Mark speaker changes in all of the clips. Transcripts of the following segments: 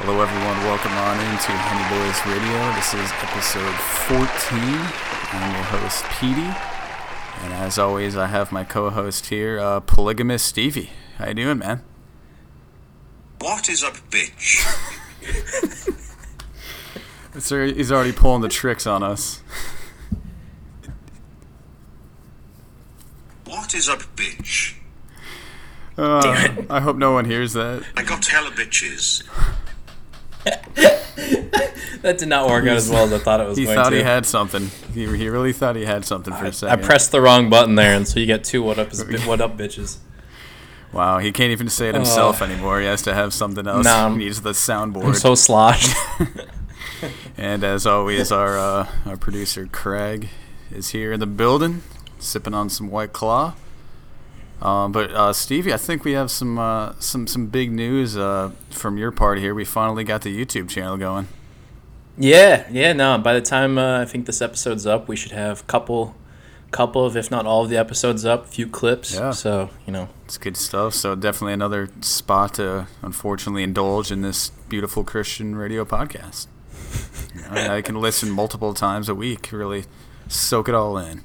Speaker 1: Hello, everyone. Welcome on into Honey Boys Radio. This is episode 14. I'm your host, Petey. And as always, I have my co host here, uh, Polygamous Stevie. How you doing, man?
Speaker 2: What is a bitch?
Speaker 1: Sir, he's already pulling the tricks on us.
Speaker 2: What is a bitch?
Speaker 1: Uh, I hope no one hears that.
Speaker 2: I got hella bitches.
Speaker 3: That did not work out as well as I thought it was
Speaker 1: He
Speaker 3: going
Speaker 1: thought
Speaker 3: to.
Speaker 1: he had something. He, he really thought he had something for a
Speaker 3: I
Speaker 1: second.
Speaker 3: pressed the wrong button there, and so you get two what up is what up bitches.
Speaker 1: wow, he can't even say it himself anymore. He has to have something else.
Speaker 3: Nah, I'm-
Speaker 1: he needs the
Speaker 3: I'm
Speaker 1: soundboard.
Speaker 3: so sloshed.
Speaker 1: And as always, our uh, our producer Craig is here in the building, sipping on some White Claw. Um, but uh, Stevie, I think we have some uh, some some big news uh, from your part here. We finally got the YouTube channel going.
Speaker 3: yeah, yeah. No, by the time uh, I think this episode's up, we should have couple, couple of if not all of the episodes up, few clips.
Speaker 1: Yeah.
Speaker 3: So you know,
Speaker 1: It's good stuff. So definitely another spot to unfortunately indulge in this beautiful Christian radio podcast. You know, and I can listen multiple times a week. Really soak it all in.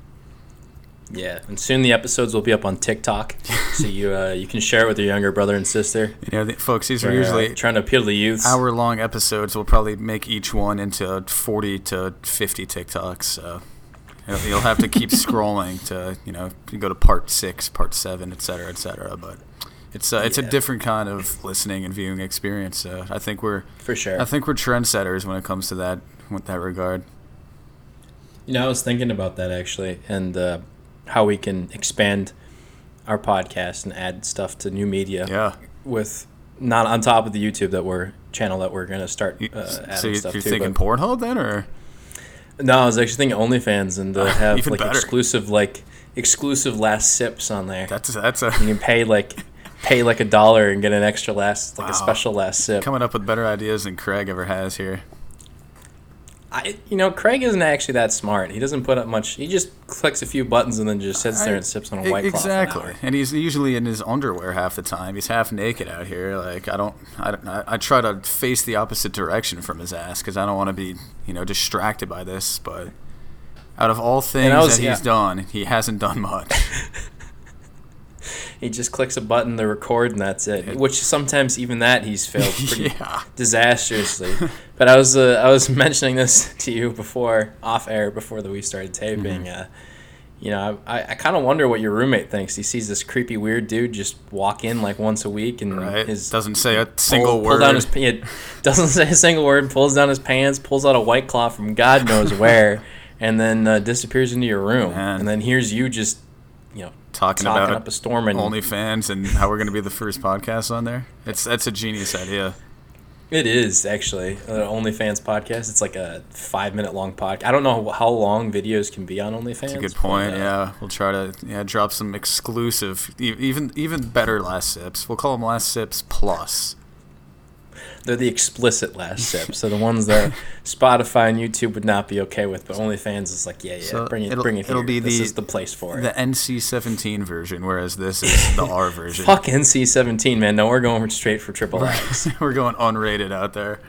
Speaker 3: yeah. And soon the episodes will be up on TikTok, so you uh, you can share it with your younger brother and sister.
Speaker 1: You know, the, folks, these are
Speaker 3: We're, uh,
Speaker 1: usually
Speaker 3: trying to appeal to the youth.
Speaker 1: hour long episodes will probably make each one into 40 to 50 TikToks. So you'll you'll have to keep scrolling to, you know, you go to part six, part seven, et cetera, et cetera. But it's, uh, it's a
Speaker 3: Yeah.
Speaker 1: different kind of listening and viewing experience. So I think we're,
Speaker 3: for sure.
Speaker 1: I think we're trendsetters when it comes to that, with that regard.
Speaker 3: You know, I was thinking about that actually, and uh, how we can expand our podcast and add stuff to new media.
Speaker 1: Yeah.
Speaker 3: With not on top of the YouTube that we're channel that we're gonna start
Speaker 1: You-
Speaker 3: uh, adding
Speaker 1: so you,
Speaker 3: stuff
Speaker 1: you're
Speaker 3: to.
Speaker 1: thinking
Speaker 3: but-
Speaker 1: Pornhub then, or
Speaker 3: no, I was actually thinking OnlyFans and uh, have
Speaker 1: even
Speaker 3: like
Speaker 1: better.
Speaker 3: exclusive like exclusive last sips on there.
Speaker 1: that's that's a
Speaker 3: you can pay like pay like a dollar and get an extra last like a
Speaker 1: Wow.
Speaker 3: special last sip.
Speaker 1: coming up with better ideas than Craig ever has here.
Speaker 3: I, you know, Craig isn't actually that smart. He doesn't put up much. He just clicks a few buttons and then just sits there and sips on a
Speaker 1: E-
Speaker 3: white cloth.
Speaker 1: exactly and he's usually in his underwear half the time he's half naked out here like i don't i, don't, I I try to face the opposite direction from his ass because i don't want to be you know distracted by this but out of all things
Speaker 3: was-
Speaker 1: that he's
Speaker 3: yeah.
Speaker 1: done he hasn't done much
Speaker 3: He just clicks a button to record, and that's it. Which sometimes even that he's failed pretty
Speaker 1: yeah
Speaker 3: disastrously. But I was uh, I was mentioning this to you before off air before that we started taping.
Speaker 1: Mm-hmm.
Speaker 3: Uh, you know, I, I, I kind of wonder what your roommate thinks. He sees this creepy weird dude just walk in like once a week and
Speaker 1: right
Speaker 3: his
Speaker 1: doesn't say a
Speaker 3: pull-
Speaker 1: single
Speaker 3: pull
Speaker 1: word
Speaker 3: down his pa- yeah, doesn't say a single word. Pulls down his pants, pulls out a white claw from God knows where, and then uh, disappears into your room.
Speaker 1: Man.
Speaker 3: And then here's you just you know
Speaker 1: talking
Speaker 3: talking
Speaker 1: about
Speaker 3: up a storm and
Speaker 1: OnlyFans and how we're going to be the first podcast on there. It's that's a genius idea.
Speaker 3: It is actually an OnlyFans podcast. It's like a five minute long podcast. I don't know how long videos can be on OnlyFans. uh, That's
Speaker 1: That's a good point. Yeah, we'll try to yeah drop some exclusive, e- even even better last sips. We'll call them last sips plus.
Speaker 3: They're the explicit last sips. So the ones that Spotify and YouTube would not be okay with, but OnlyFans is like, yeah, yeah,
Speaker 1: So
Speaker 3: bring it,
Speaker 1: it'll-
Speaker 3: bring it
Speaker 1: it'll
Speaker 3: here.
Speaker 1: be
Speaker 3: this
Speaker 1: the-
Speaker 3: is the place for it.
Speaker 1: The NC-17 version, whereas this is the R version.
Speaker 3: Fuck NC-17, man. No, we're going straight for triple X.
Speaker 1: We're going unrated out there.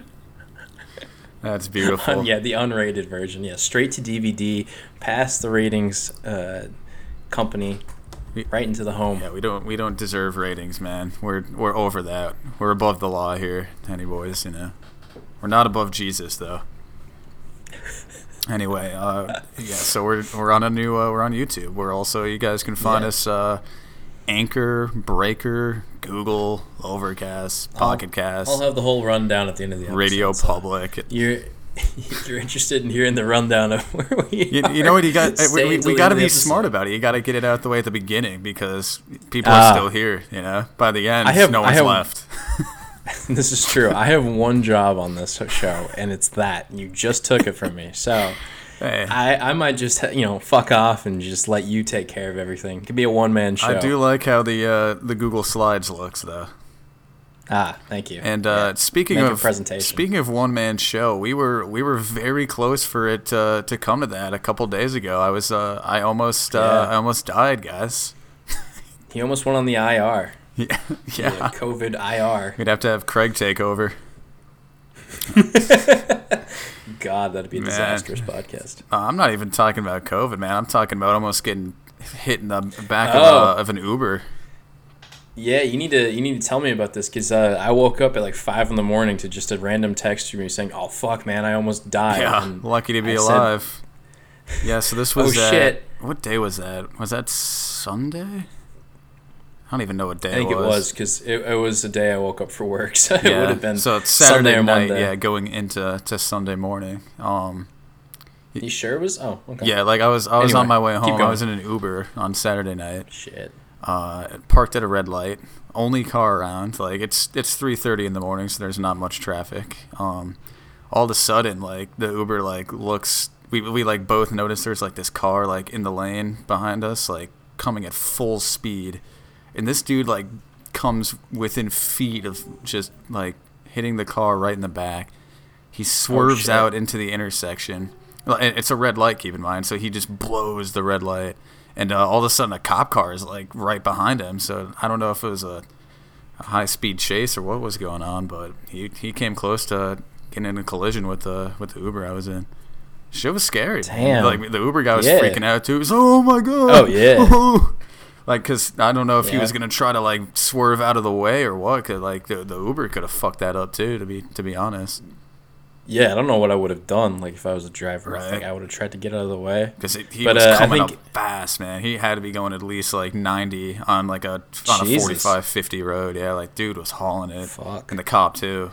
Speaker 1: That's beautiful.
Speaker 3: yeah, the unrated version. Yeah, straight to DVD, past the ratings uh, company, right into the home.
Speaker 1: Yeah, we don't we don't deserve ratings, man. We're we're over that. We're above the law here, honey boys. You know, we're not above Jesus though. Anyway, uh, yeah. So we're we're on a new uh, we're on YouTube. We're also you guys can find
Speaker 3: Yeah.
Speaker 1: us uh, Anchor, Breaker, Google, Overcast, Pocket Cast,
Speaker 3: I'll have the whole rundown at the end of the episode.
Speaker 1: Radio
Speaker 3: so-
Speaker 1: Public.
Speaker 3: you're you're interested in hearing the rundown of where we
Speaker 1: You,
Speaker 3: are.
Speaker 1: you know what? You got
Speaker 3: Stay
Speaker 1: we, we,
Speaker 3: until
Speaker 1: we
Speaker 3: the
Speaker 1: got to
Speaker 3: end of
Speaker 1: be
Speaker 3: the
Speaker 1: smart
Speaker 3: episode.
Speaker 1: about it. You got to get it out the way at the beginning because people
Speaker 3: Ah.
Speaker 1: are still here. You know, by the end,
Speaker 3: I have-
Speaker 1: no
Speaker 3: I
Speaker 1: one's
Speaker 3: have-
Speaker 1: left.
Speaker 3: This is true. I have one job on this show, and it's that you just took it from me. So
Speaker 1: Hey.
Speaker 3: I I might just you know fuck off and just let you take care of everything. It could be a one man show.
Speaker 1: I do like how the uh, the Google Slides looks though.
Speaker 3: Ah, thank you.
Speaker 1: And uh, speaking
Speaker 3: Make a
Speaker 1: of
Speaker 3: presentation.
Speaker 1: speaking of one man show, we were we were very close for it uh, to come to that a couple days ago. I was uh, I almost uh,
Speaker 3: Yeah.
Speaker 1: I almost died, guys.
Speaker 3: he almost went on the IR,
Speaker 1: Yeah, Ah.
Speaker 3: the COVID IR.
Speaker 1: we'd have to have Craig take over.
Speaker 3: God, that'd be a
Speaker 1: Man.
Speaker 3: disastrous podcast.
Speaker 1: Uh, I'm not even talking about COVID, man. I'm talking about almost getting hit in the back
Speaker 3: Oh.
Speaker 1: of, a, of an Uber.
Speaker 3: Yeah, you need to you need to tell me about this because uh, I woke up at like five in the morning to just a random text from you saying, "Oh fuck, man, I almost died."
Speaker 1: Yeah,
Speaker 3: And
Speaker 1: lucky to be
Speaker 3: Um, I said- Oh,
Speaker 1: alive. yeah, so this was. at-
Speaker 3: shit.
Speaker 1: What day was that? Was that Sunday? I don't even know what day
Speaker 3: I think
Speaker 1: it was.
Speaker 3: because it, it was the day I woke up for work, so it
Speaker 1: Yeah.
Speaker 3: would have been
Speaker 1: so it's
Speaker 3: Sunday
Speaker 1: Saturday
Speaker 3: or
Speaker 1: night.
Speaker 3: Monday.
Speaker 1: Yeah, going into to Sunday morning. Um,
Speaker 3: You sure it was? Oh, okay.
Speaker 1: yeah, like I was I was
Speaker 3: Anyway,
Speaker 1: on my way
Speaker 3: keep
Speaker 1: home. I
Speaker 3: going.
Speaker 1: was in an Uber on Saturday night.
Speaker 3: Shit.
Speaker 1: uh, parked at a red light, only car around. Like it's it's three thirty in the morning, so there's not much traffic. Um, all of a sudden, like the Uber like looks, we we like both notice there's like this car like in the lane behind us, like coming at full speed, and this dude like comes within feet of just like hitting the car right in the back. He swerves
Speaker 3: shit.
Speaker 1: out into the intersection. Well, and It's a red light, keep in mind. So he just blows the red light, and uh, all of a sudden a cop car is like right behind him. So I don't know if it was a, a high speed chase or what was going on, but he he came close to getting in a collision with the with the Uber I was in. Shit was scary.
Speaker 3: Damn.
Speaker 1: Like the Uber guy was
Speaker 3: Yeah.
Speaker 1: freaking out too. He was, oh my god.
Speaker 3: Oh, yeah.
Speaker 1: Like, cause I don't know if he
Speaker 3: Yeah.
Speaker 1: was gonna try to like swerve out of the way or what. 'cause, like the, the Uber could have fucked that up too. To be to be honest,
Speaker 3: Yeah, I don't know what I would have done. Like if I was a driver, I
Speaker 1: Right.
Speaker 3: think I would have tried to get out of the way.
Speaker 1: because he
Speaker 3: But,
Speaker 1: was
Speaker 3: uh, I
Speaker 1: coming
Speaker 3: think-
Speaker 1: up fast, man. He had to be going at least like 90 on like a on a
Speaker 3: Jesus.
Speaker 1: 45, 50 road. Yeah, like dude was hauling it,
Speaker 3: Fuck.
Speaker 1: and the cop too.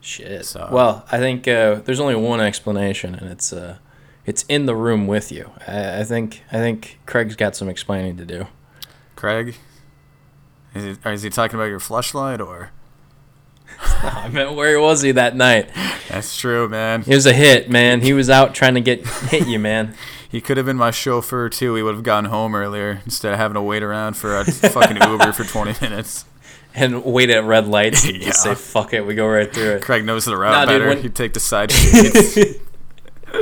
Speaker 3: Shit.
Speaker 1: So-
Speaker 3: Well, I think uh, there's only one explanation, and it's uh, it's in the room with you. I, I think I think Craig's got some explaining to do.
Speaker 1: Craig, is he, is he talking about your flashlight or?
Speaker 3: I meant where was he that night?
Speaker 1: That's true, man.
Speaker 3: He was a hit, man. He was out trying to get hit you, man.
Speaker 1: He could have been my chauffeur too. He would have gone home earlier instead of having to wait around for a fucking Uber for 20 minutes.
Speaker 3: And wait at red lights.
Speaker 1: Yeah.
Speaker 3: Just say fuck it. We go right through it.
Speaker 1: Craig knows the route
Speaker 3: Nah, dude,
Speaker 1: better.
Speaker 3: when-
Speaker 1: He'd take the side streets.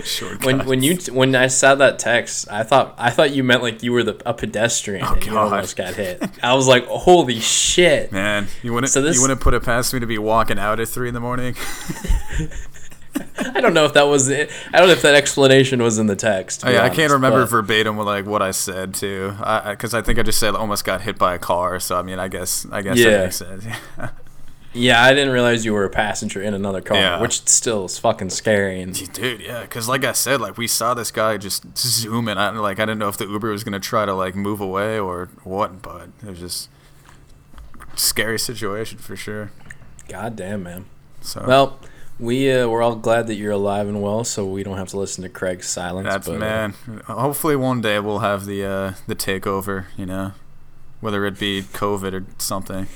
Speaker 1: Shortcuts.
Speaker 3: When when you t- when I saw that text, I thought I thought you meant like you were the a pedestrian and you
Speaker 1: Oh, God.
Speaker 3: almost got hit. I was like, holy shit.
Speaker 1: Man, you wouldn't
Speaker 3: So this-
Speaker 1: you wouldn't put it past me to be walking out at three in the morning. Oh,
Speaker 3: I don't know if that was it. I don't know if that explanation was in the text. to
Speaker 1: I,
Speaker 3: be
Speaker 1: Oh, I can't
Speaker 3: honest,
Speaker 1: remember
Speaker 3: but-
Speaker 1: verbatim what, like what I said too, because I, 'cause I think I just said I almost got hit by a car. So I mean, I guess I guess
Speaker 3: Yeah.
Speaker 1: that makes sense.
Speaker 3: Yeah, I didn't realize you were a passenger in another car,
Speaker 1: Yeah.
Speaker 3: which still is fucking scary. And
Speaker 1: Dude, yeah, because like I said, like we saw this guy just zooming. I, like I didn't know if the Uber was gonna try to like move away or what, but it was just scary situation for sure.
Speaker 3: goddamn, man.
Speaker 1: So
Speaker 3: Well, we uh, we're all glad that you're alive and well, so we don't have to listen to Craig's silence.
Speaker 1: that's
Speaker 3: but, uh,
Speaker 1: man. Hopefully one day we'll have the uh, the takeover. You know, whether it be COVID or something,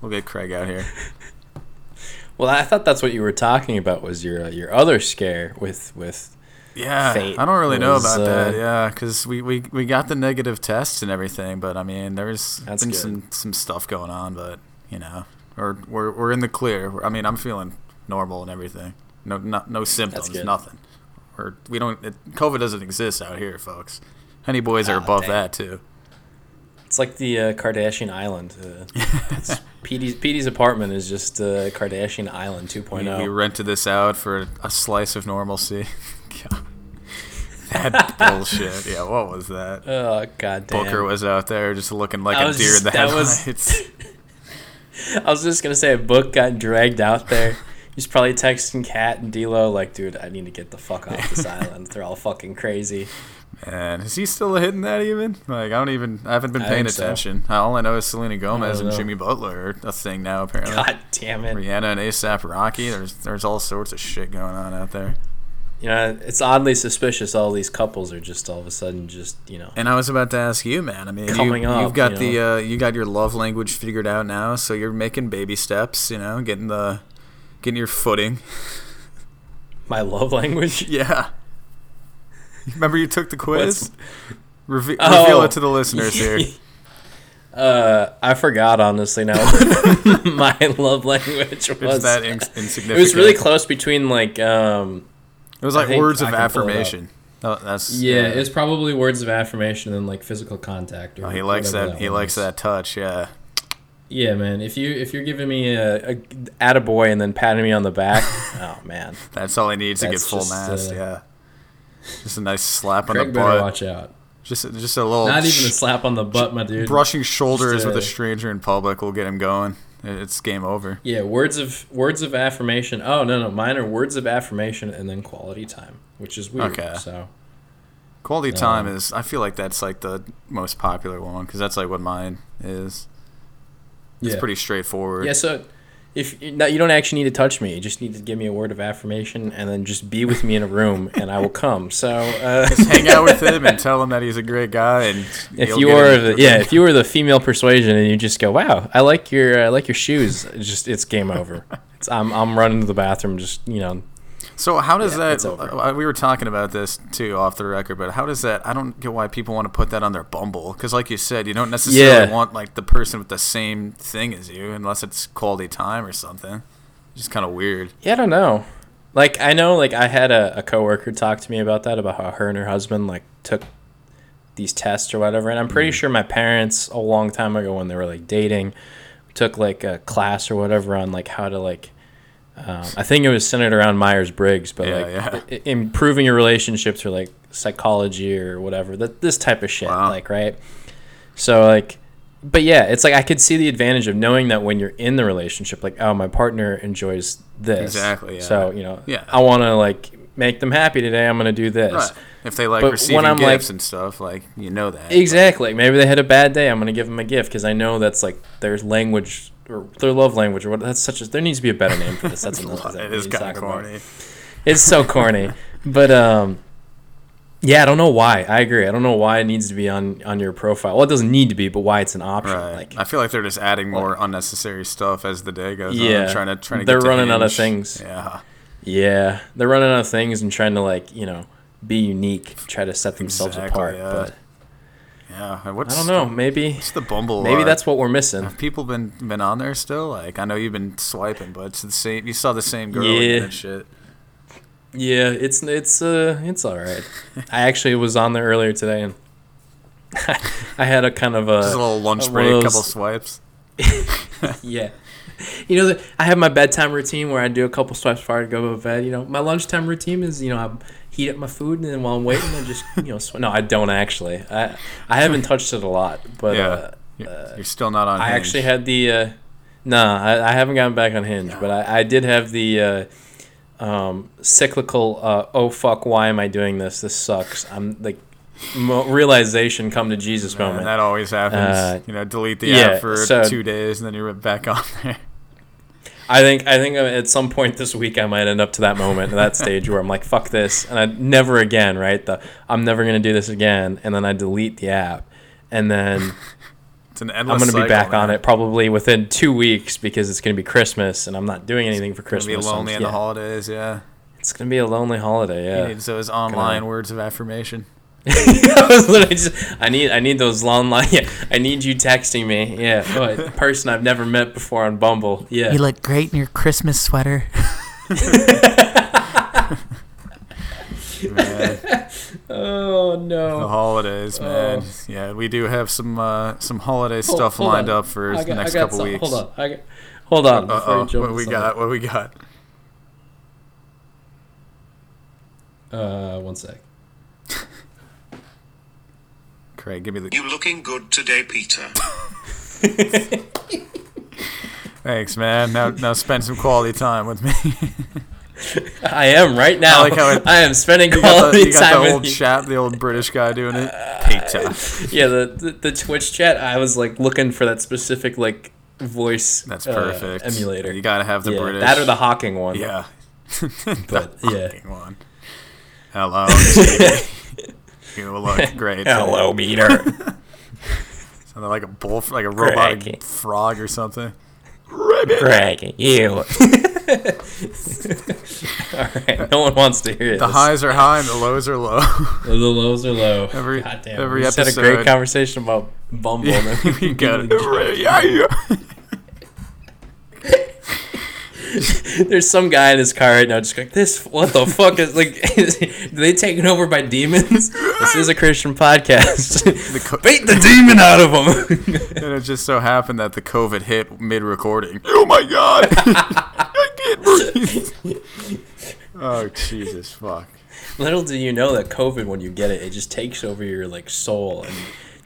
Speaker 1: we'll get Craig out here.
Speaker 3: well, I thought that's what you were talking about was your uh, your other scare with with
Speaker 1: Yeah,
Speaker 3: fate
Speaker 1: I don't really know
Speaker 3: was,
Speaker 1: about that.
Speaker 3: uh,
Speaker 1: Yeah, because we, we we got the negative tests and everything, but I mean, there's
Speaker 3: That's
Speaker 1: been
Speaker 3: good.
Speaker 1: some some stuff going on, but you know, or we're we're in the clear. We're- I mean, I'm feeling normal and everything. No, not no symptoms,
Speaker 3: good.
Speaker 1: nothing. Or we don't. It, COVID doesn't exist out here, folks. Any boys are above
Speaker 3: damn.
Speaker 1: that too.
Speaker 3: it's like the uh, Kardashian Island. Uh, it's PD's, PD's apartment is just uh, Kardashian Island oh. 2.0.
Speaker 1: We, we rented this out for a slice of normalcy. God. That bullshit. Yeah, what was that?
Speaker 3: oh goddamn!
Speaker 1: Booker was out there just looking like
Speaker 3: I
Speaker 1: a
Speaker 3: was
Speaker 1: deer in
Speaker 3: just-
Speaker 1: the
Speaker 3: that was-
Speaker 1: headlights.
Speaker 3: I was just gonna say a book got dragged out there. He's probably texting Kat and D'Lo like, dude, I need to get the fuck off this island. They're all fucking crazy.
Speaker 1: Man, is he still hitting that even? Like, I don't even, I haven't been
Speaker 3: I
Speaker 1: paying
Speaker 3: think so.
Speaker 1: attention. Uh, All I know is Selena Gomez
Speaker 3: don't
Speaker 1: and
Speaker 3: know.
Speaker 1: Jimmy Butler are a thing now, apparently.
Speaker 3: God damn it!
Speaker 1: Uh, Rihanna and ASAP Rocky, there's, there's all sorts of shit going on out there.
Speaker 3: You know, it's oddly suspicious. All these couples are just all of a sudden just you know.
Speaker 1: And I was about to ask you, man. I mean,
Speaker 3: Coming
Speaker 1: you,
Speaker 3: up,
Speaker 1: you've got
Speaker 3: you
Speaker 1: the, uh, you got your love language figured out now, so you're making baby steps, you know, getting the, getting your footing.
Speaker 3: My love language.
Speaker 1: Yeah. Remember you took the quiz? Reve-
Speaker 3: Oh.
Speaker 1: Reveal it to the listeners here.
Speaker 3: uh, I forgot honestly now. My love language
Speaker 1: It's
Speaker 3: was.
Speaker 1: that in-
Speaker 3: it
Speaker 1: insignificant.
Speaker 3: was really close between like um,
Speaker 1: It was like
Speaker 3: think
Speaker 1: words
Speaker 3: I
Speaker 1: of
Speaker 3: can pull it up.
Speaker 1: affirmation. Oh, that's
Speaker 3: Yeah, it was probably words of affirmation and like physical contact. Or
Speaker 1: Oh, he likes
Speaker 3: whatever
Speaker 1: that. He
Speaker 3: one
Speaker 1: likes
Speaker 3: was.
Speaker 1: that touch. Yeah.
Speaker 3: Yeah, man. If you if you're giving me a, a attaboy and then patting me on the back, oh man,
Speaker 1: That's all he needs to get
Speaker 3: That's
Speaker 1: full
Speaker 3: just,
Speaker 1: mast.
Speaker 3: uh,
Speaker 1: yeah. Just a nice slap on the
Speaker 3: Craig better
Speaker 1: butt.
Speaker 3: watch out.
Speaker 1: Just a- just a little.
Speaker 3: Not even a
Speaker 1: sh-
Speaker 3: slap on the butt, my dude.
Speaker 1: brushing shoulders with a
Speaker 3: uh,
Speaker 1: stranger in public will get him going. It- It's game over.
Speaker 3: Yeah, words of words of affirmation. Oh no, no, mine are words of affirmation and then quality time, which is weird.
Speaker 1: Okay.
Speaker 3: So
Speaker 1: Quality time is. I feel like that's like the most popular one because that's like what mine is. It's
Speaker 3: yeah.
Speaker 1: pretty straightforward.
Speaker 3: Yeah, so if no, you don't actually need to touch me, you just need to give me a word of affirmation and then just be with me in a room and I will come. So uh,
Speaker 1: Just hang out with him and tell him that he's a great guy. And
Speaker 3: if
Speaker 1: you'll
Speaker 3: you
Speaker 1: get
Speaker 3: were
Speaker 1: him-
Speaker 3: the, yeah, if you were the female persuasion and you just go, "Wow, I like your I like your shoes." it's Just it's game over. It's, I'm I'm running to the bathroom just, you know,
Speaker 1: So how does
Speaker 3: Yeah,
Speaker 1: that?
Speaker 3: it's over.
Speaker 1: uh, We were talking about this too off the record, but how does that? I don't get why people want to put that on their Bumble because, like you said, you don't necessarily
Speaker 3: Yeah.
Speaker 1: want like the person with the same thing as you unless it's quality time or something. It's just kind of weird.
Speaker 3: Yeah, I don't know. Like I know, like I had a, a coworker talk to me about that, about how her and her husband like took these tests or whatever. And I'm
Speaker 1: Mm.
Speaker 3: pretty sure my parents a long time ago when they were like dating took like a class or whatever on like how to like. Um, I think it was centered around Myers Briggs, but
Speaker 1: Yeah,
Speaker 3: like
Speaker 1: yeah.
Speaker 3: i- improving your relationships or like psychology or whatever that this type of shit,
Speaker 1: Wow.
Speaker 3: like right. So like but yeah, it's like I could see the advantage of knowing that when you're in the relationship, like, oh, my partner enjoys this.
Speaker 1: Exactly, yeah.
Speaker 3: So you know,
Speaker 1: Yeah.
Speaker 3: I want to like make them happy today. I'm gonna do this.
Speaker 1: Right. If they like
Speaker 3: But when
Speaker 1: receiving
Speaker 3: I'm, like-
Speaker 1: gifts and stuff, like you know that.
Speaker 3: Exactly. Maybe they had a bad day. I'm gonna give them a gift because I know that's like their language or their love language or what. That's such a. There needs to be a better name for this. That's another thing
Speaker 1: it
Speaker 3: we
Speaker 1: is
Speaker 3: need to
Speaker 1: kind of
Speaker 3: talk about.
Speaker 1: corny.
Speaker 3: It's so corny, but um. Yeah, I don't know why. I agree. I don't know why it needs to be on on your profile. Well, it doesn't need to be, but why it's an option.
Speaker 1: Right.
Speaker 3: Like,
Speaker 1: I feel like they're just adding more unnecessary stuff as the day goes
Speaker 3: Yeah.
Speaker 1: on. Trying to trying to.
Speaker 3: They're
Speaker 1: get to
Speaker 3: running out of
Speaker 1: Hinge.
Speaker 3: things.
Speaker 1: Yeah.
Speaker 3: Yeah, they're running out of things and trying to like you know be unique, try to set themselves
Speaker 1: Exactly,
Speaker 3: apart.
Speaker 1: yeah.
Speaker 3: But
Speaker 1: Yeah. What's
Speaker 3: I don't know, maybe
Speaker 1: What's the Bumble?
Speaker 3: maybe
Speaker 1: uh,
Speaker 3: that's what we're missing.
Speaker 1: Have people been been on there still? Like I know you've been swiping, but it's the same. You saw the same girl
Speaker 3: Yeah.
Speaker 1: again and shit.
Speaker 3: Yeah, it's it's uh it's all right. I actually was on there earlier today and I had a kind of
Speaker 1: Just a little lunch break,
Speaker 3: those-
Speaker 1: couple swipes.
Speaker 3: Yeah. You know, the- I have my bedtime routine where I do a couple swipes before I go to bed. You know, my lunchtime routine is, you know, I heat up my food and then while I'm waiting, I just, you know, sw- no, I don't actually. I I haven't touched it a lot, but
Speaker 1: Yeah,
Speaker 3: uh,
Speaker 1: you're, you're still not on.
Speaker 3: I
Speaker 1: Hinge.
Speaker 3: actually had the. Uh, nah, I, I haven't gotten back on Hinge, but I, I did have the uh, um, cyclical. Uh, oh fuck! Why am I doing this? This sucks. I'm like mo- realization come to Jesus
Speaker 1: And
Speaker 3: moment.
Speaker 1: that always happens.
Speaker 3: Uh,
Speaker 1: you know, delete the
Speaker 3: yeah,
Speaker 1: app for
Speaker 3: so-
Speaker 1: two days and then you're back on there.
Speaker 3: I think I think uh, at some point this week I might end up to that moment, that stage where I'm like, fuck this, and I never again, right? The I'm never gonna do this again, and then I delete the app, and then.
Speaker 1: It's an
Speaker 3: I'm
Speaker 1: endless.
Speaker 3: going to be
Speaker 1: cycle,
Speaker 3: back on
Speaker 1: man.
Speaker 3: it probably within two weeks because it's going to be Christmas and I'm not doing anything for
Speaker 1: Gonna
Speaker 3: Christmas.
Speaker 1: be
Speaker 3: so I'm
Speaker 1: lonely
Speaker 3: just-
Speaker 1: in the
Speaker 3: yeah.
Speaker 1: holidays. Yeah,
Speaker 3: It's gonna be a lonely holiday.
Speaker 1: You
Speaker 3: Yeah,
Speaker 1: need those online words of affirmation.
Speaker 3: I was literally just, I need, I need those long line. Yeah, I need you texting me. Yeah, but person I've never met before on Bumble. Yeah,
Speaker 4: You look great in your Christmas sweater.
Speaker 1: Man,
Speaker 3: oh
Speaker 1: the
Speaker 3: no.
Speaker 1: holidays, man.
Speaker 3: Oh.
Speaker 1: Yeah, we do have some uh, some holiday stuff
Speaker 3: hold
Speaker 1: lined
Speaker 3: on.
Speaker 1: up for the next couple weeks.
Speaker 3: Hold on, I got, hold on. before you
Speaker 1: Uh oh,
Speaker 3: jump
Speaker 1: what we
Speaker 3: into
Speaker 1: got? What we got?
Speaker 3: something. Uh, one sec.
Speaker 1: Craig, give me the.
Speaker 2: You looking good today, Peter.
Speaker 1: Thanks, man. Now, now spend some quality time with me.
Speaker 3: I am right now.
Speaker 1: I like how it-
Speaker 3: I am spending
Speaker 1: you got the,
Speaker 3: quality
Speaker 1: you got
Speaker 3: time
Speaker 1: the
Speaker 3: with Uh,
Speaker 1: old
Speaker 3: you.
Speaker 1: chap, the old British guy doing it. Peter.
Speaker 3: yeah, the, the the Twitch chat. I was like looking for that specific like voice.
Speaker 1: That's
Speaker 3: uh,
Speaker 1: perfect.
Speaker 3: emulator.
Speaker 1: You gotta have the
Speaker 3: yeah,
Speaker 1: British.
Speaker 3: that or the Hawking one.
Speaker 1: yeah.
Speaker 3: But,
Speaker 1: the
Speaker 3: yeah.
Speaker 1: fucking one. Hello. Stevie. you look great.
Speaker 3: Hello, Peter.
Speaker 1: Sounded like a bull, like a robotic
Speaker 3: Craig.
Speaker 1: frog or something.
Speaker 3: Greg, you. All right, no one wants to hear
Speaker 1: The
Speaker 3: this.
Speaker 1: highs are high and the lows are low.
Speaker 3: the lows are low.
Speaker 1: Every-
Speaker 3: God damn,
Speaker 1: every
Speaker 3: we just had a great
Speaker 1: episode.
Speaker 3: conversation about Bumble. and then
Speaker 1: we got
Speaker 3: completely-
Speaker 1: it.
Speaker 3: There's some guy in his car right now, just like this. What the fuck is like? Is, are they taken over by demons? This is a Christian podcast.
Speaker 1: co-
Speaker 3: Beat the demon out of them.
Speaker 1: And it just so happened that the COVID hit mid recording. Oh my god! I can't breathe. oh Jesus fuck.
Speaker 3: Little do you know that COVID, when you get it, it just takes over your like soul and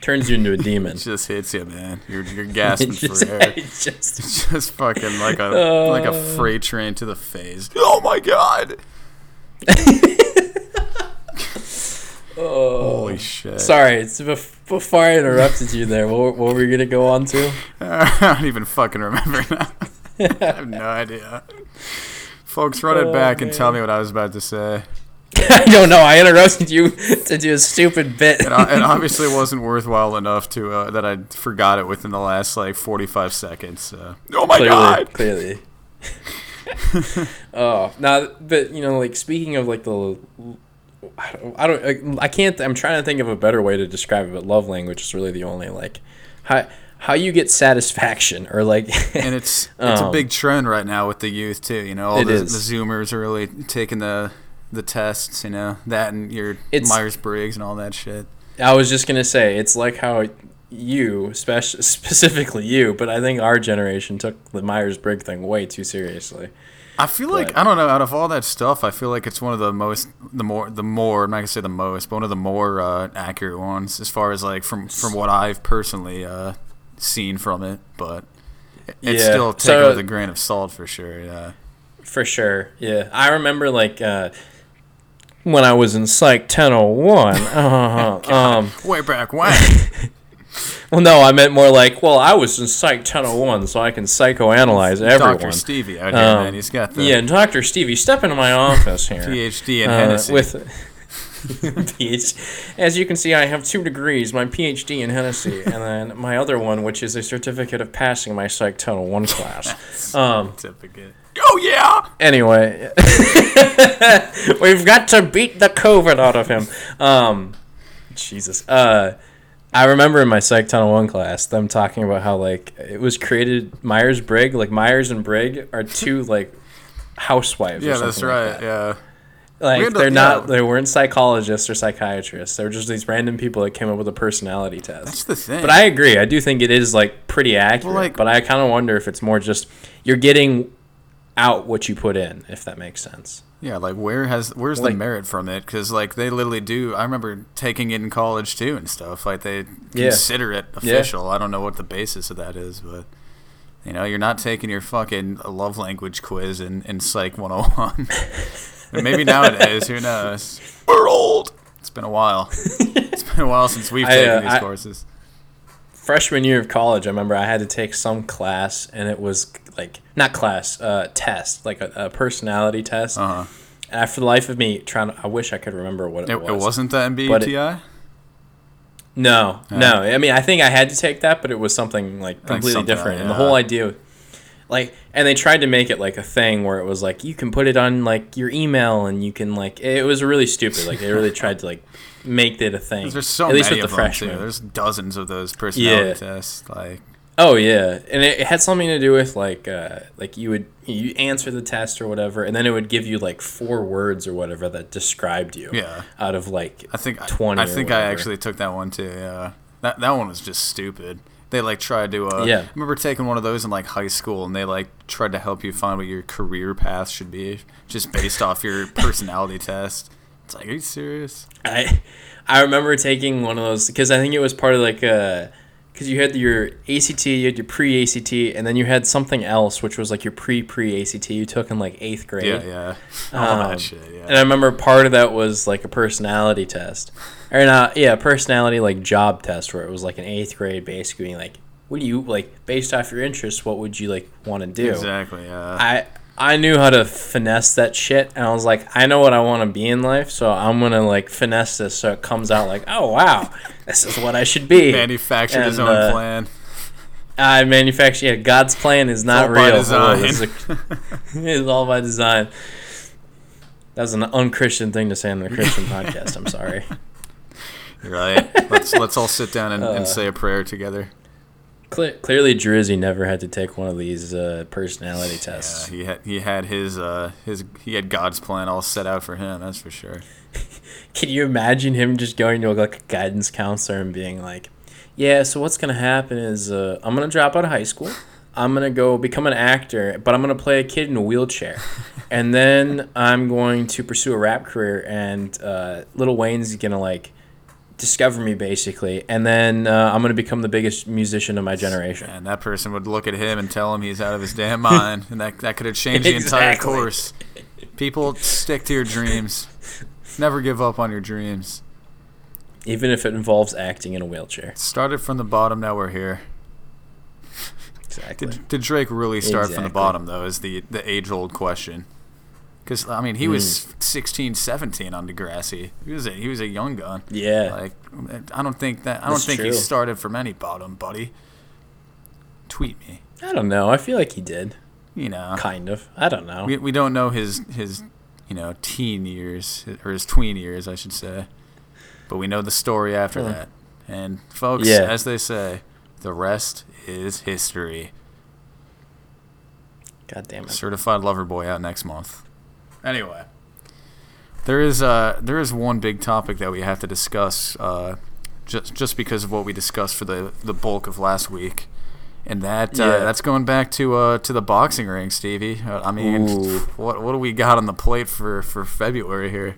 Speaker 3: turns you into a demon.
Speaker 1: It just hits you, man. You're you're
Speaker 3: It
Speaker 1: gasping
Speaker 3: just-
Speaker 1: for air.
Speaker 3: it just
Speaker 1: Just fucking like a like a freight train to the face. Uh. Oh my god! Holy shit!
Speaker 3: Sorry, it's bef- before I interrupted you there. What, what were you gonna go on to?
Speaker 1: I don't even fucking remember now. I have no idea. Folks, run it back and tell me what I was about to say.
Speaker 3: I don't know. I interrupted you to do a stupid bit.
Speaker 1: And o- it obviously wasn't worthwhile enough to uh, that I forgot it within the last like 45 seconds. So. Oh my
Speaker 3: clearly, clearly. oh, now, but you know, like speaking of like the, I don't, I, don't, I can't. I'm trying to think of a better way to describe it, but love language is really the only like how how you get satisfaction or like.
Speaker 1: And it's it's a
Speaker 3: Um,
Speaker 1: big trend right now with the youth too. You know, all
Speaker 3: It
Speaker 1: the, the
Speaker 3: is.
Speaker 1: Zoomers are really taking the the tests. You know that and your
Speaker 3: It's-
Speaker 1: Myers Briggs and all that shit.
Speaker 3: I was just gonna say it's like how you, spec- specifically you, but I think our generation took the Myers Briggs thing way too seriously.
Speaker 1: I feel like
Speaker 3: But-
Speaker 1: I don't know. Out of all that stuff, I feel like it's one of the most, the more, the more. I'm not gonna say the most, but one of the more uh, accurate ones as far as like from from what I've personally uh, seen from it. But it- it's
Speaker 3: Yeah.
Speaker 1: still taken
Speaker 3: So-
Speaker 1: with a grain of salt for sure. Yeah.
Speaker 3: For sure. Yeah. I remember like uh when I was in Psych 1001. Uh, um
Speaker 1: Way back when.
Speaker 3: well no, I meant more like, well, I was in Psych 1001 so I can psychoanalyze everyone.
Speaker 1: Dr. Stevie out here,
Speaker 3: Um,
Speaker 1: man. He's got the
Speaker 3: yeah, Dr. Stevie, step into my office here.
Speaker 1: PhD in
Speaker 3: Uh,
Speaker 1: Hennessy.
Speaker 3: with PhD. As you can see, I have two degrees: my PhD in Hennessy, and then my other one, which is a certificate of passing my Psych 101 class. Um,
Speaker 1: Certificate. Oh yeah.
Speaker 3: anyway, we've got to beat the COVID out of him. Um, Jesus. Uh, I remember in my Psych 101 class them talking about how like it was created Myers Briggs. Like Myers and Briggs are two like housewives.
Speaker 1: Yeah,
Speaker 3: or
Speaker 1: that's
Speaker 3: something like
Speaker 1: right.
Speaker 3: that.
Speaker 1: yeah.
Speaker 3: Like
Speaker 1: Random-
Speaker 3: they're not,
Speaker 1: yeah.
Speaker 3: they weren't psychologists or psychiatrists. They were just these random people that came up with a personality test.
Speaker 1: That's the thing.
Speaker 3: But I agree. I do think it is like pretty accurate.
Speaker 1: like-
Speaker 3: but I kind of wonder if it's more just you're getting out what you put in, if that makes sense.
Speaker 1: Yeah, like where has where's
Speaker 3: Like-
Speaker 1: the merit from it? Because like they literally do. I remember taking it in college too and stuff. Like they
Speaker 3: Yeah.
Speaker 1: consider it official. I don't know what the basis of that is, but you know, you're not taking your fucking love language quiz in, in Psych 101. and maybe nowadays, who knows? We're old. It's been a while. it's been a while since we've
Speaker 3: I, uh,
Speaker 1: taken these
Speaker 3: I-
Speaker 1: courses.
Speaker 3: Freshman year of college, I remember I had to take some class, and it was like not class, uh, test, like a, a personality test.
Speaker 1: Uh huh.
Speaker 3: And I, for the life of me, trying, to, I wish I could remember what it,
Speaker 1: It,
Speaker 3: was.
Speaker 1: it wasn't the MBTI.
Speaker 3: No, no. I mean, I think I had to take that, but it was something like completely
Speaker 1: something,
Speaker 3: different. And
Speaker 1: yeah.
Speaker 3: the whole idea, like, and they tried to make it like a thing where it was like you can put it on like your email, and you can like it was really stupid. Like they really tried to like make it a thing.
Speaker 1: There's so
Speaker 3: at
Speaker 1: many
Speaker 3: least
Speaker 1: of
Speaker 3: with
Speaker 1: them
Speaker 3: the freshmen.
Speaker 1: too. There's dozens of those personality
Speaker 3: Yeah.
Speaker 1: tests. Like
Speaker 3: Oh yeah, and it, it had something to do with like uh, like you would you answer the test or whatever, and then it would give you like four words or whatever that described you.
Speaker 1: Yeah.
Speaker 3: Out of like
Speaker 1: I think I-
Speaker 3: 20
Speaker 1: I
Speaker 3: or
Speaker 1: think I
Speaker 3: whatever.
Speaker 1: actually took that one too. Yeah, that that one was just stupid. They like tried to. Uh,
Speaker 3: Yeah.
Speaker 1: I remember taking one of those in like high school, and they like tried to help you find what your career path should be, just based off your personality test. It's like, are you serious?
Speaker 3: I I remember taking one of those because I think it was part of like a because you had your ACT, you had your pre ACT, and then you had something else which was like your pre pre ACT you took in like eighth grade.
Speaker 1: Yeah, yeah. All
Speaker 3: Um,
Speaker 1: that shit.
Speaker 3: And
Speaker 1: Yeah.
Speaker 3: I remember part of that was like a personality test, or not? Yeah, personality like job test where it was like an eighth grade basically being like, what do you like based off your interests? What would you like want to do?
Speaker 1: Exactly. Yeah.
Speaker 3: I I knew how to finesse that shit, and I was like, I know what I want to be in life, so I'm gonna like finesse this so it comes out like, oh wow, this is what I should be.
Speaker 1: Manufactured his
Speaker 3: and,
Speaker 1: own
Speaker 3: uh,
Speaker 1: plan.
Speaker 3: I manufacture. Yeah, God's plan is not
Speaker 1: all by
Speaker 3: real.
Speaker 1: design.
Speaker 3: This is a- it's all by design. That was an unchristian thing to say on the Christian podcast. I'm sorry. Uh,
Speaker 1: Right. Let's let's all sit down and, and say a prayer together.
Speaker 3: Cle- clearly, Drizzy never had to take one of these uh, personality tests.
Speaker 1: He had he had his uh his he had God's plan all set out for him. That's for sure.
Speaker 3: Can you imagine him just going to like a guidance counselor and being like, "Yeah, so what's gonna happen is uh, I'm gonna drop out of high school. I'm gonna go become an actor, but I'm gonna play a kid in a wheelchair, and then I'm going to pursue a rap career. And uh, Little Wayne's gonna like discover me basically, and then uh, I'm gonna become the biggest musician of my generation."
Speaker 1: And that person would look at him and tell him he's out of his damn mind, and that that could have changed the entire
Speaker 3: Exactly.
Speaker 1: course. People stick to your dreams. Never give up on your dreams.
Speaker 3: Even if it involves acting in a wheelchair.
Speaker 1: Started from the bottom. Now we're here.
Speaker 3: Exactly.
Speaker 1: Did, did Drake really start from
Speaker 3: Exactly.
Speaker 1: the bottom though? Is the the age old question? Because I mean, he was
Speaker 3: Hmm.
Speaker 1: 16, 17 on Degrassi. He was a, he was a young gun.
Speaker 3: Yeah.
Speaker 1: Like I don't think that I don't
Speaker 3: That's
Speaker 1: think he
Speaker 3: true.
Speaker 1: started from any bottom, buddy. Tweet me.
Speaker 3: I don't know. I feel like he did.
Speaker 1: You know,
Speaker 3: Kind of. I don't know.
Speaker 1: Uh, we we don't know his his you know teen years or his tween years, I should say. But we know the story after that. And folks,
Speaker 3: Yeah.
Speaker 1: as they say, the rest is history.
Speaker 3: God damn it.
Speaker 1: Certified Lover Boy out next month. Anyway, there is uh there is one big topic that we have to discuss uh just just because of what we discussed for the the bulk of last week, and that uh,
Speaker 3: Yeah.
Speaker 1: that's going back to uh to the boxing ring, Stevie. Uh, I mean,
Speaker 3: Ooh.
Speaker 1: what what do we got on the plate for for February here?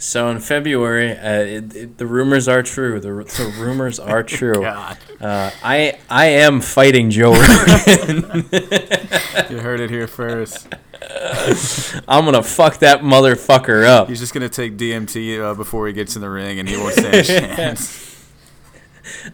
Speaker 3: So in February, uh, it, it, the rumors are true. The, ru- the rumors are true.
Speaker 1: God,
Speaker 3: Uh, I I am fighting Joe Rogan.
Speaker 1: you heard it here first.
Speaker 3: I'm gonna fuck that motherfucker up.
Speaker 1: He's just gonna take DMT uh, before he gets in the ring, and he won't stand a chance.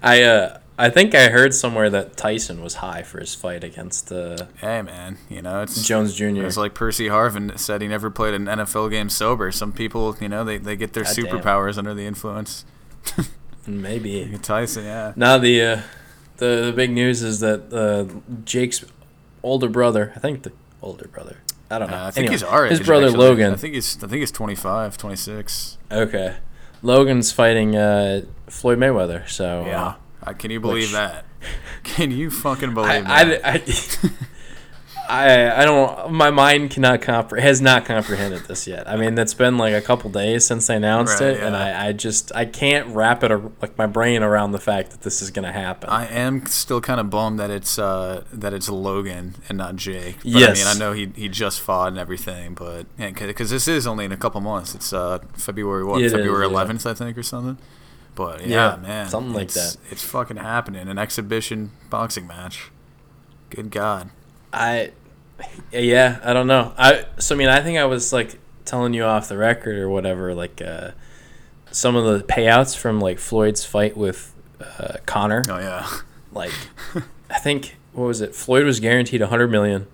Speaker 3: I uh I think I heard somewhere that Tyson was high for his fight against uh,
Speaker 1: Hey man, you know it's
Speaker 3: Jones Jr.
Speaker 1: It's like Percy Harvin said, he never played an NFL game sober. Some people, you know, they, they get their
Speaker 3: God damn.
Speaker 1: superpowers under the influence.
Speaker 3: Maybe.
Speaker 1: Tyson, yeah.
Speaker 3: Now the uh, the the big news is that uh, Jake's older brother. I think the older brother. I don't know.
Speaker 1: Uh, I think
Speaker 3: Anyway,
Speaker 1: he's our age.
Speaker 3: His brother
Speaker 1: actually.
Speaker 3: Logan.
Speaker 1: I think he's I think he's 25, 26.
Speaker 3: Okay. Logan's fighting uh, Floyd Mayweather, so uh,
Speaker 1: Uh, can you believe
Speaker 3: Which-
Speaker 1: that? Can you fucking
Speaker 3: I,
Speaker 1: believe that?
Speaker 3: I, I, I, I don't. My mind cannot compre- has not comprehended this yet. I mean, that's been like a couple days since they announced
Speaker 1: Right,
Speaker 3: it, and
Speaker 1: yeah.
Speaker 3: I, I just I can't wrap it ar- like my brain around the fact that this is gonna happen.
Speaker 1: I am still kind of bummed that it's uh, that it's Logan and not Jake. But,
Speaker 3: Yes.
Speaker 1: I mean, I know he, he just fought and everything, but because this is only in a couple months. It's uh, February what?
Speaker 3: It is,
Speaker 1: February
Speaker 3: yeah.
Speaker 1: 11th, I think, or something. But yeah,
Speaker 3: Yeah,
Speaker 1: man,
Speaker 3: something like
Speaker 1: it's-
Speaker 3: that.
Speaker 1: It's fucking happening. An exhibition boxing match. Good God.
Speaker 3: I, yeah, I don't know. I so I mean, I think I was like telling you off the record or whatever, like uh, some of the payouts from like Floyd's fight with uh, Connor.
Speaker 1: Oh yeah.
Speaker 3: like I think what was it? Floyd was guaranteed 100 million,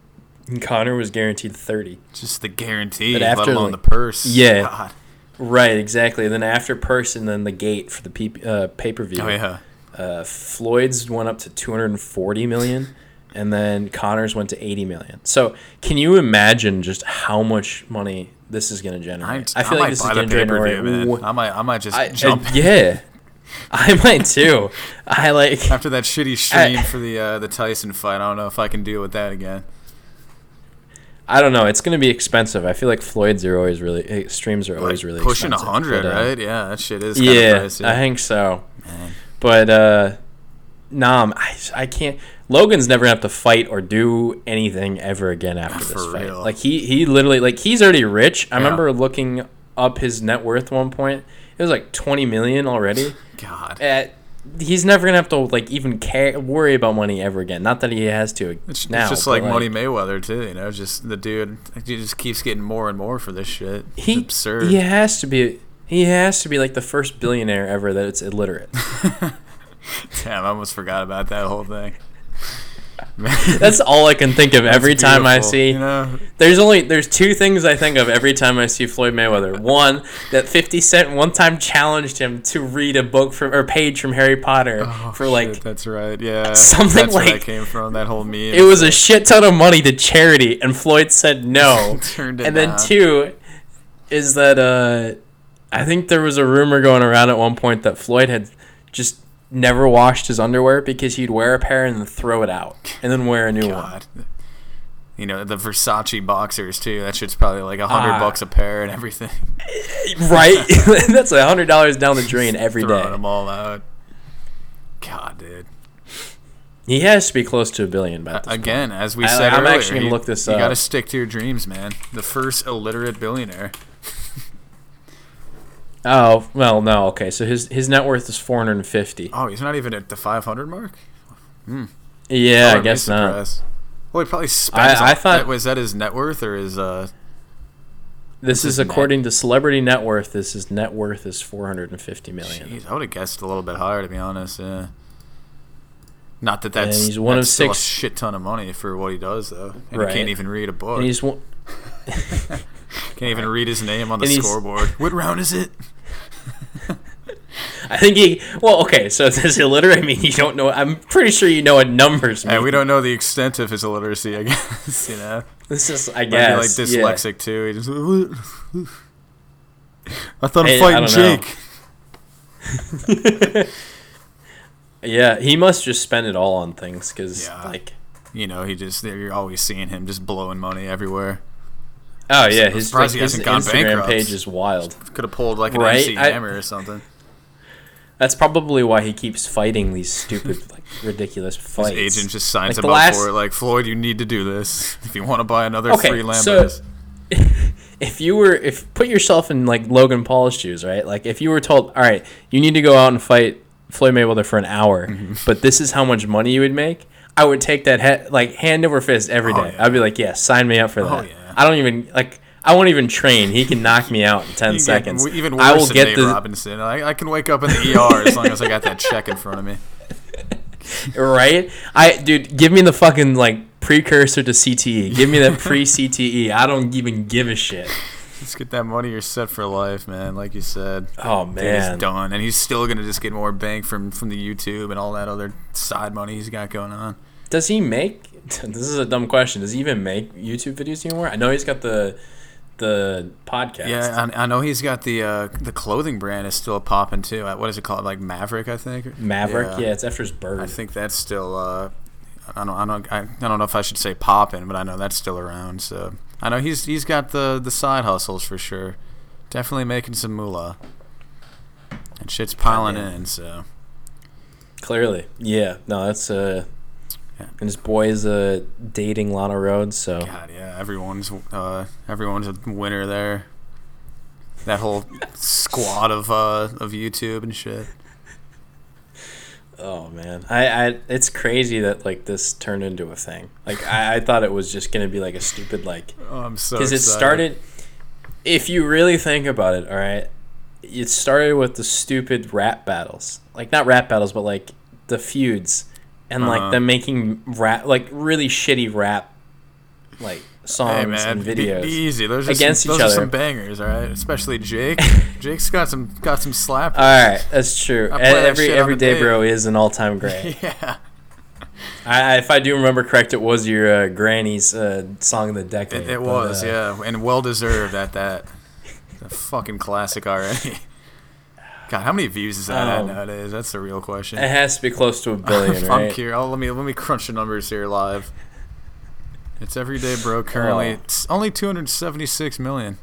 Speaker 3: and Connor was guaranteed 30.
Speaker 1: Just the guarantee,
Speaker 3: But
Speaker 1: let
Speaker 3: after,
Speaker 1: alone
Speaker 3: like-
Speaker 1: the purse.
Speaker 3: Yeah.
Speaker 1: God.
Speaker 3: Right, exactly. Then after person, then the gate for the pe- uh, pay per view.
Speaker 1: Oh yeah.
Speaker 3: uh, Floyd's went up to 240 million, and then Connor's went to 80 million. So can you imagine just how much money this is going to
Speaker 1: I,
Speaker 3: generate?
Speaker 1: I, might
Speaker 3: feel like this is
Speaker 1: buy the
Speaker 3: going to
Speaker 1: pay per view, man.
Speaker 3: generate. wa-
Speaker 1: I might I might just
Speaker 3: I- uh,
Speaker 1: jump
Speaker 3: yeah, I might too. I like.
Speaker 1: after that shitty stream for the uh, the Tyson fight. I don't know if I can deal with that again.
Speaker 3: I don't know. It's going to be expensive. I feel like Floyd's are always really eh, streams are always
Speaker 1: Like,
Speaker 3: really
Speaker 1: pushing a
Speaker 3: expensive,
Speaker 1: hundred,
Speaker 3: but, uh,
Speaker 1: right? Yeah, that shit is. Kind
Speaker 3: Yeah,
Speaker 1: of pricey.
Speaker 3: I think so. But uh, nah, I'm- I, I can't. Logan's never gonna have to fight or do anything ever again after this
Speaker 1: For
Speaker 3: fight.
Speaker 1: real.
Speaker 3: Like he he literally like he's already rich. I remember looking up his net worth at one point. It was like twenty million already.
Speaker 1: God,
Speaker 3: At he's never gonna have to like even care worry about money ever again. Not that he has to
Speaker 1: it's,
Speaker 3: now.
Speaker 1: it's just like,
Speaker 3: but,
Speaker 1: Money Mayweather too. You know, just the dude. He just keeps getting more and more for this shit. It's
Speaker 3: he
Speaker 1: absurd.
Speaker 3: he has to be he has to be like the first billionaire ever that it's illiterate.
Speaker 1: Damn, I almost forgot about that whole thing.
Speaker 3: That's all I can think of every time I
Speaker 1: Beautiful,
Speaker 3: see.
Speaker 1: you know,
Speaker 3: There's only there's two things I think of every time I see Floyd Mayweather. One, that 50 Cent one time challenged him to read a book from or page from Harry Potter
Speaker 1: oh,
Speaker 3: for like
Speaker 1: shit, that's right, yeah,
Speaker 3: something
Speaker 1: that's where that
Speaker 3: like-
Speaker 1: came from. That whole meme.
Speaker 3: it was a shit ton of money to charity, and Floyd said no.
Speaker 1: Turned it
Speaker 3: and then
Speaker 1: down.
Speaker 3: two is that uh, I think there was a rumor going around at one point that Floyd had just never washed his underwear because he'd wear a pair and then throw it out and then wear a new one.
Speaker 1: God. You know the Versace boxers too. That shit's probably like a hundred
Speaker 3: Ah.
Speaker 1: bucks a pair and everything.
Speaker 3: Right? That's a hundred dollars down the drain every
Speaker 1: Throwing
Speaker 3: day.
Speaker 1: them all out. God, dude.
Speaker 3: He has to be close to a billion by this
Speaker 1: Again, as we
Speaker 3: I-
Speaker 1: said
Speaker 3: I'm
Speaker 1: earlier,
Speaker 3: actually gonna
Speaker 1: you-
Speaker 3: look this
Speaker 1: You
Speaker 3: up.
Speaker 1: gotta stick to your dreams, man. The first illiterate billionaire.
Speaker 3: Oh well, no. Okay, so his his net worth is four hundred and fifty.
Speaker 1: Oh, he's not even at the 500 mark.
Speaker 3: Yeah,
Speaker 1: That
Speaker 3: I
Speaker 1: would be
Speaker 3: guess not.
Speaker 1: surprise. Well, he probably spent.
Speaker 3: I thought-
Speaker 1: was that his net worth or his uh?
Speaker 3: This
Speaker 1: is
Speaker 3: is according to Celebrity Net Worth. This is net worth is four hundred and fifty million.
Speaker 1: Jeez, I would have guessed a little bit higher to be honest. Yeah. Not that
Speaker 3: And
Speaker 1: that's,
Speaker 3: he's one of
Speaker 1: that's still
Speaker 3: six-
Speaker 1: a shit ton of money for what he does though, and
Speaker 3: Right.
Speaker 1: he can't even read a book.
Speaker 3: And he's one.
Speaker 1: Can't even read his name on the
Speaker 3: And he's-
Speaker 1: scoreboard. What round is it?
Speaker 3: I think he. Well, okay. So does illiterate mean you don't know? I'm pretty sure you know what numbers mean.
Speaker 1: And we don't know the extent of his illiteracy, I guess. You know,
Speaker 3: This is, I
Speaker 1: yeah,
Speaker 3: guess,
Speaker 1: like
Speaker 3: yeah.
Speaker 1: dyslexic too. He just. I thought
Speaker 3: Hey, I
Speaker 1: I'm fighting
Speaker 3: don't know.
Speaker 1: Jake.
Speaker 3: Yeah. he must just spend it all on things because,
Speaker 1: Yeah.
Speaker 3: like,
Speaker 1: You know, he just you're always seeing him just blowing money everywhere.
Speaker 3: oh yeah, his, like,
Speaker 1: surprised he
Speaker 3: his
Speaker 1: hasn't gone
Speaker 3: Instagram
Speaker 1: bankrupt.
Speaker 3: page is wild.
Speaker 1: Could have pulled like an
Speaker 3: Right?
Speaker 1: MC
Speaker 3: I-
Speaker 1: Hammer or something.
Speaker 3: That's probably why he keeps fighting these stupid, like, ridiculous fights.
Speaker 1: Agent just signs
Speaker 3: Like,
Speaker 1: him
Speaker 3: the
Speaker 1: up
Speaker 3: last-
Speaker 1: for it. Like Floyd, you need to do this if you want to buy another
Speaker 3: Okay,
Speaker 1: three Lambos.
Speaker 3: so- if you were if put yourself in like Logan Paul's shoes, right? Like if you were told, all right, you need to go out and fight Floyd Mayweather for an hour,
Speaker 1: Mm-hmm.
Speaker 3: but this is how much money you would make. I would take that he- like hand over fist every day.
Speaker 1: Oh, yeah. Oh,
Speaker 3: I'd be like, yeah, sign me up for that.
Speaker 1: yeah.
Speaker 3: I don't even like. I won't even train. He can knock me out in ten
Speaker 1: You get
Speaker 3: seconds.
Speaker 1: w- even worse
Speaker 3: I will
Speaker 1: than
Speaker 3: get
Speaker 1: Nate
Speaker 3: the
Speaker 1: Robinson. I, I can wake up in the ER as long as I got that check in front of me.
Speaker 3: right. I dude, give me the fucking like precursor to CTE. Give me that pre CTE. I don't even give a shit.
Speaker 1: Just get that money. You're set for life, man. Like you said.
Speaker 3: Oh
Speaker 1: Dude,
Speaker 3: man,
Speaker 1: He's done, and he's still gonna just get more bank from from the YouTube and all that other side money he's got going on.
Speaker 3: Does he make? This is a dumb question. Does he even make YouTube videos anymore? I know he's got the the podcast.
Speaker 1: Yeah, I, I know he's got the uh, the clothing brand is still popping too. Uh, What is it called? Like Maverick, I think.
Speaker 3: Maverick. Yeah. it's after his bird.
Speaker 1: I think that's still. Uh, I don't. I don't. I, I don't know if I should say popping, but I know that's still around. So I know he's he's got the the side hustles for sure. Definitely making some moolah. And shit's piling in. So
Speaker 3: Clearly, yeah. No, that's uh, and his boy is uh, dating Lana Rhodes. So
Speaker 1: God, yeah, everyone's uh, everyone's a winner there. That whole squad of uh, of YouTube and shit.
Speaker 3: oh man, I, I it's crazy that like this turned into a thing. Like I, I thought it was just gonna be like a stupid like
Speaker 1: Oh, I'm so
Speaker 3: because it
Speaker 1: excited.
Speaker 3: started if you really think about it all right it started with the stupid rap battles like not rap battles but like the feuds and like
Speaker 1: Uh-huh.
Speaker 3: them making rap like really shitty rap like songs
Speaker 1: Hey man,
Speaker 3: and
Speaker 1: be-
Speaker 3: videos
Speaker 1: Be, easy. Those are
Speaker 3: against
Speaker 1: some,
Speaker 3: each
Speaker 1: those
Speaker 3: other.
Speaker 1: Are some bangers, all right. Especially Jake. Jake's got some got some slappers.
Speaker 3: all right that's true
Speaker 1: I
Speaker 3: E-
Speaker 1: play that
Speaker 3: every
Speaker 1: shit on
Speaker 3: every
Speaker 1: the
Speaker 3: day
Speaker 1: day.
Speaker 3: bro is an all-time great
Speaker 1: Yeah.
Speaker 3: I, I, if i do remember correct it was your uh, granny's uh, song of the decade
Speaker 1: It,
Speaker 3: but,
Speaker 1: it was,
Speaker 3: uh,
Speaker 1: yeah, and well deserved at that. It's a fucking classic already. God, how many views is that at
Speaker 3: Um,
Speaker 1: nowadays? That's the real question.
Speaker 3: it has to be close to a billion
Speaker 1: I'm
Speaker 3: right
Speaker 1: curious. Oh, let me let me crunch the numbers here live. It's everyday, bro. Currently,
Speaker 3: Oh.
Speaker 1: it's only 276 million.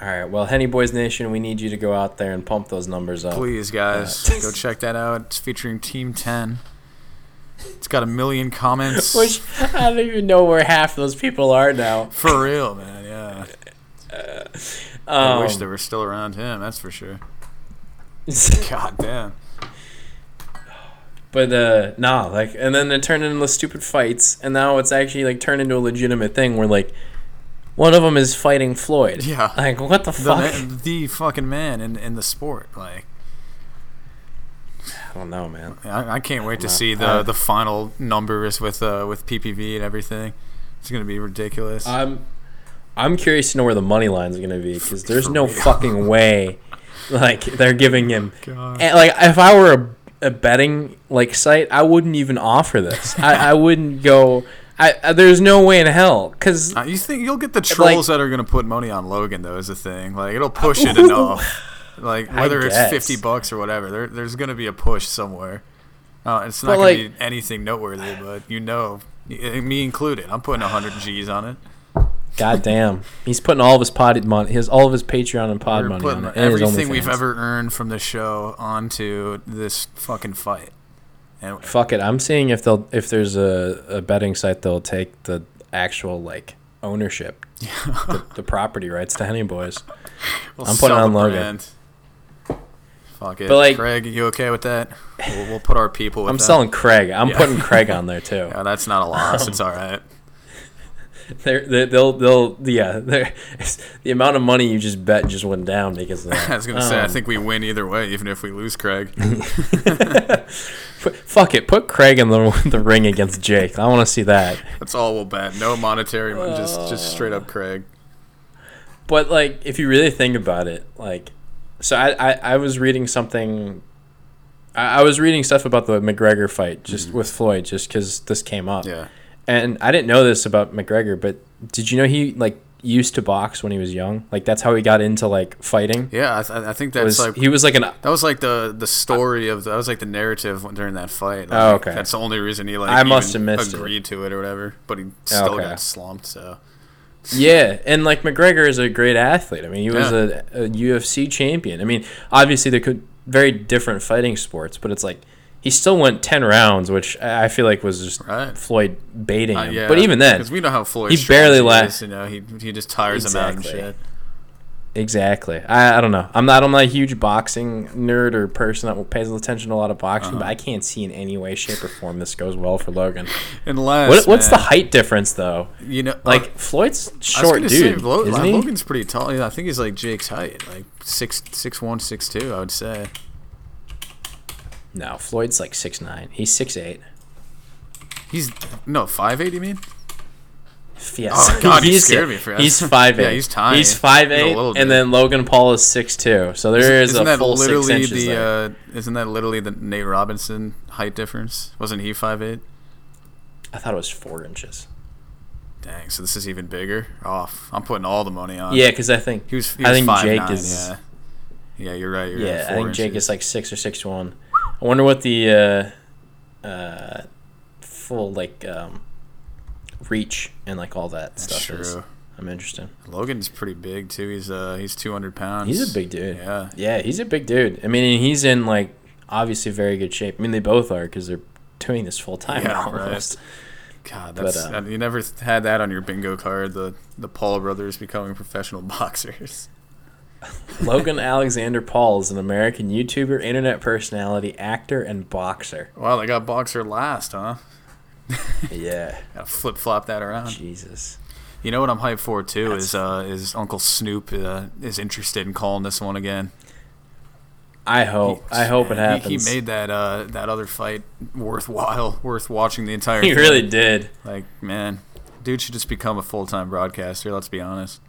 Speaker 3: all right well henny boys nation we need you to go out there and pump those numbers up
Speaker 1: Please, guys, go check that out. It's featuring Team 10. It's got a million comments.
Speaker 3: Which I don't even know where half of those people are now.
Speaker 1: for real, man. Yeah, I wish they
Speaker 3: Um,
Speaker 1: were still around him. That's for sure. God damn.
Speaker 3: but uh, nah, like, and then it turned into stupid fights, and now it's actually like turned into a legitimate thing where like one of them is fighting Floyd.
Speaker 1: Yeah.
Speaker 3: Like what the,
Speaker 1: the,
Speaker 3: fuck?
Speaker 1: man, the fucking man in, in the sport. Like,
Speaker 3: I don't know, man.
Speaker 1: I, I can't wait to see the,
Speaker 3: Uh,
Speaker 1: the final numbers with uh, with PPV and everything. It's gonna be ridiculous.
Speaker 3: I'm I'm curious to know where the money line's gonna be because there's no fucking way like they're giving him.
Speaker 1: Oh God.
Speaker 3: And, like if I were a, a betting like site, I wouldn't even offer this. I, I wouldn't go. I, I there's no way in hell because
Speaker 1: Uh, you think you'll get the trolls that are gonna put money on Logan though? Is the thing like it'll push it enough. Like
Speaker 3: I
Speaker 1: whether it's
Speaker 3: guess.
Speaker 1: fifty bucks or whatever, there, there's gonna be a push somewhere. Uh, it's not
Speaker 3: But,
Speaker 1: gonna
Speaker 3: like-
Speaker 1: be anything noteworthy, but you know, y- me included, I'm putting hundred G's on it.
Speaker 3: God damn. He's putting all of his pod money, his all of his Patreon and pod
Speaker 1: We're
Speaker 3: money
Speaker 1: putting
Speaker 3: on it. and his
Speaker 1: everything we've
Speaker 3: OnlyFans.
Speaker 1: ever earned from the show onto this fucking fight. And
Speaker 3: Fuck it. I'm seeing if they'll if there's a, a betting site that'll take the actual like ownership, the, the property rights to Henny Boys.
Speaker 1: we'll
Speaker 3: I'm putting
Speaker 1: sell
Speaker 3: on
Speaker 1: the
Speaker 3: Logan.
Speaker 1: brand. Fuck it,
Speaker 3: But, like-
Speaker 1: Craig. You okay with that? We'll, we'll put our people. With
Speaker 3: I'm
Speaker 1: that.
Speaker 3: selling Craig. I'm
Speaker 1: Yeah.
Speaker 3: putting Craig on there too.
Speaker 1: Yeah, that's not a loss. it's all right.
Speaker 3: They're, they they'll they'll yeah. They're, the amount of money you just bet just went down because of that.
Speaker 1: I was gonna say, I
Speaker 3: Um,
Speaker 1: think we win either way, even if we lose Craig.
Speaker 3: F- fuck it. Put Craig in the the ring against Jake. I want to see that.
Speaker 1: That's all we'll bet. No monetary, mon- just just straight
Speaker 3: Uh.
Speaker 1: up Craig.
Speaker 3: But like, if you really think about it, like, so I I, I was reading something. I, I was reading stuff about the McGregor fight just with Floyd, just because this came up.
Speaker 1: Mm-hmm. Yeah,
Speaker 3: And I didn't know this about McGregor, but did you know he like used to box when he was young? Like that's how he got into like fighting.
Speaker 1: yeah. I, th- I think that's
Speaker 3: Was,
Speaker 1: like
Speaker 3: he was like an
Speaker 1: that was like the the story of that was like the narrative during that fight. Like,
Speaker 3: Oh, okay.
Speaker 1: That's the only reason he like
Speaker 3: I must
Speaker 1: even
Speaker 3: have missed it.
Speaker 1: agreed to it or whatever. But he still
Speaker 3: Okay.
Speaker 1: got slumped. So
Speaker 3: Yeah, and like McGregor is a great athlete. I mean, he was
Speaker 1: Yeah.
Speaker 3: a, a UFC champion. I mean, obviously they could very different fighting sports, but it's like he still went ten rounds, which I I feel like was just
Speaker 1: Right.
Speaker 3: Floyd baiting
Speaker 1: uh,
Speaker 3: him.
Speaker 1: yeah,
Speaker 3: But even then,
Speaker 1: because we know how Floyd
Speaker 3: he barely la-
Speaker 1: lasts. You know, he he just tires him
Speaker 3: Exactly.
Speaker 1: out and shit.
Speaker 3: exactly. I, I don't know. I'm not. I'm not a huge boxing nerd or person that pays attention to a lot of boxing,
Speaker 1: Uh-huh.
Speaker 3: but I can't see in any way, shape, or form this goes well for Logan.
Speaker 1: Unless
Speaker 3: What, what's the
Speaker 1: man,
Speaker 3: height difference though?
Speaker 1: you know uh,
Speaker 3: Like Floyd's
Speaker 1: I was
Speaker 3: short
Speaker 1: gonna
Speaker 3: dude,
Speaker 1: say, Lo-
Speaker 3: isn't
Speaker 1: like,
Speaker 3: he?
Speaker 1: Logan's pretty tall. Yeah, I think he's like Jake's height, like six six one six two. I would say.
Speaker 3: No, Floyd's like six nine. He's six eight.
Speaker 1: He's no five eight. You mean?
Speaker 3: Yes.
Speaker 1: Oh, God, you scared me for that.
Speaker 3: He's five eight.
Speaker 1: Yeah, he's tiny.
Speaker 3: He's five
Speaker 1: He's a
Speaker 3: eight,
Speaker 1: little dude.
Speaker 3: and then Logan Paul is six two. So there is
Speaker 1: isn't
Speaker 3: a
Speaker 1: that
Speaker 3: full six
Speaker 1: literally
Speaker 3: inches
Speaker 1: the
Speaker 3: there.
Speaker 1: uh, isn't that literally the Nate Robinson height difference? Wasn't he five eight?
Speaker 3: I thought it was four inches.
Speaker 1: Dang, so this is even bigger. Off. I'm putting all the money on.
Speaker 3: Yeah, because I think
Speaker 1: he was. He was
Speaker 3: I think Jake
Speaker 1: 5'9",,
Speaker 3: is
Speaker 1: Yeah. Yeah, you're right. You're
Speaker 3: yeah,
Speaker 1: right.
Speaker 3: I
Speaker 1: four
Speaker 3: think Jake
Speaker 1: inches.
Speaker 3: is like six or six one. I wonder what the uh, uh, full like um, reach and like all that stuff is.
Speaker 1: true.
Speaker 3: I'm interested.
Speaker 1: Logan's pretty big too. He's uh he's 200 pounds.
Speaker 3: He's a big dude.
Speaker 1: Yeah.
Speaker 3: Yeah, he's a big dude. I mean, and he's in like obviously very good shape. I mean, they both are because they're doing this full time
Speaker 1: Yeah, right.
Speaker 3: almost.
Speaker 1: God, that's
Speaker 3: uh,
Speaker 1: you never th- had that on your bingo card. The the Paul brothers becoming professional boxers.
Speaker 3: Logan Alexander Paul is an American YouTuber, internet personality, actor, and boxer.
Speaker 1: Wow, they got boxer last, huh?
Speaker 3: Yeah,
Speaker 1: Gotta flip flop that around.
Speaker 3: Jesus.
Speaker 1: You know what I'm hyped for too is uh, is Uncle Snoop uh, is interested in calling this one again.
Speaker 3: I hope. I hope it
Speaker 1: Yeah, he-
Speaker 3: happens.
Speaker 1: He,
Speaker 3: He,
Speaker 1: made that uh, that other fight worthwhile, worth watching the entire. thing.
Speaker 3: really did.
Speaker 1: like man, dude should just become a full time broadcaster. Let's be honest.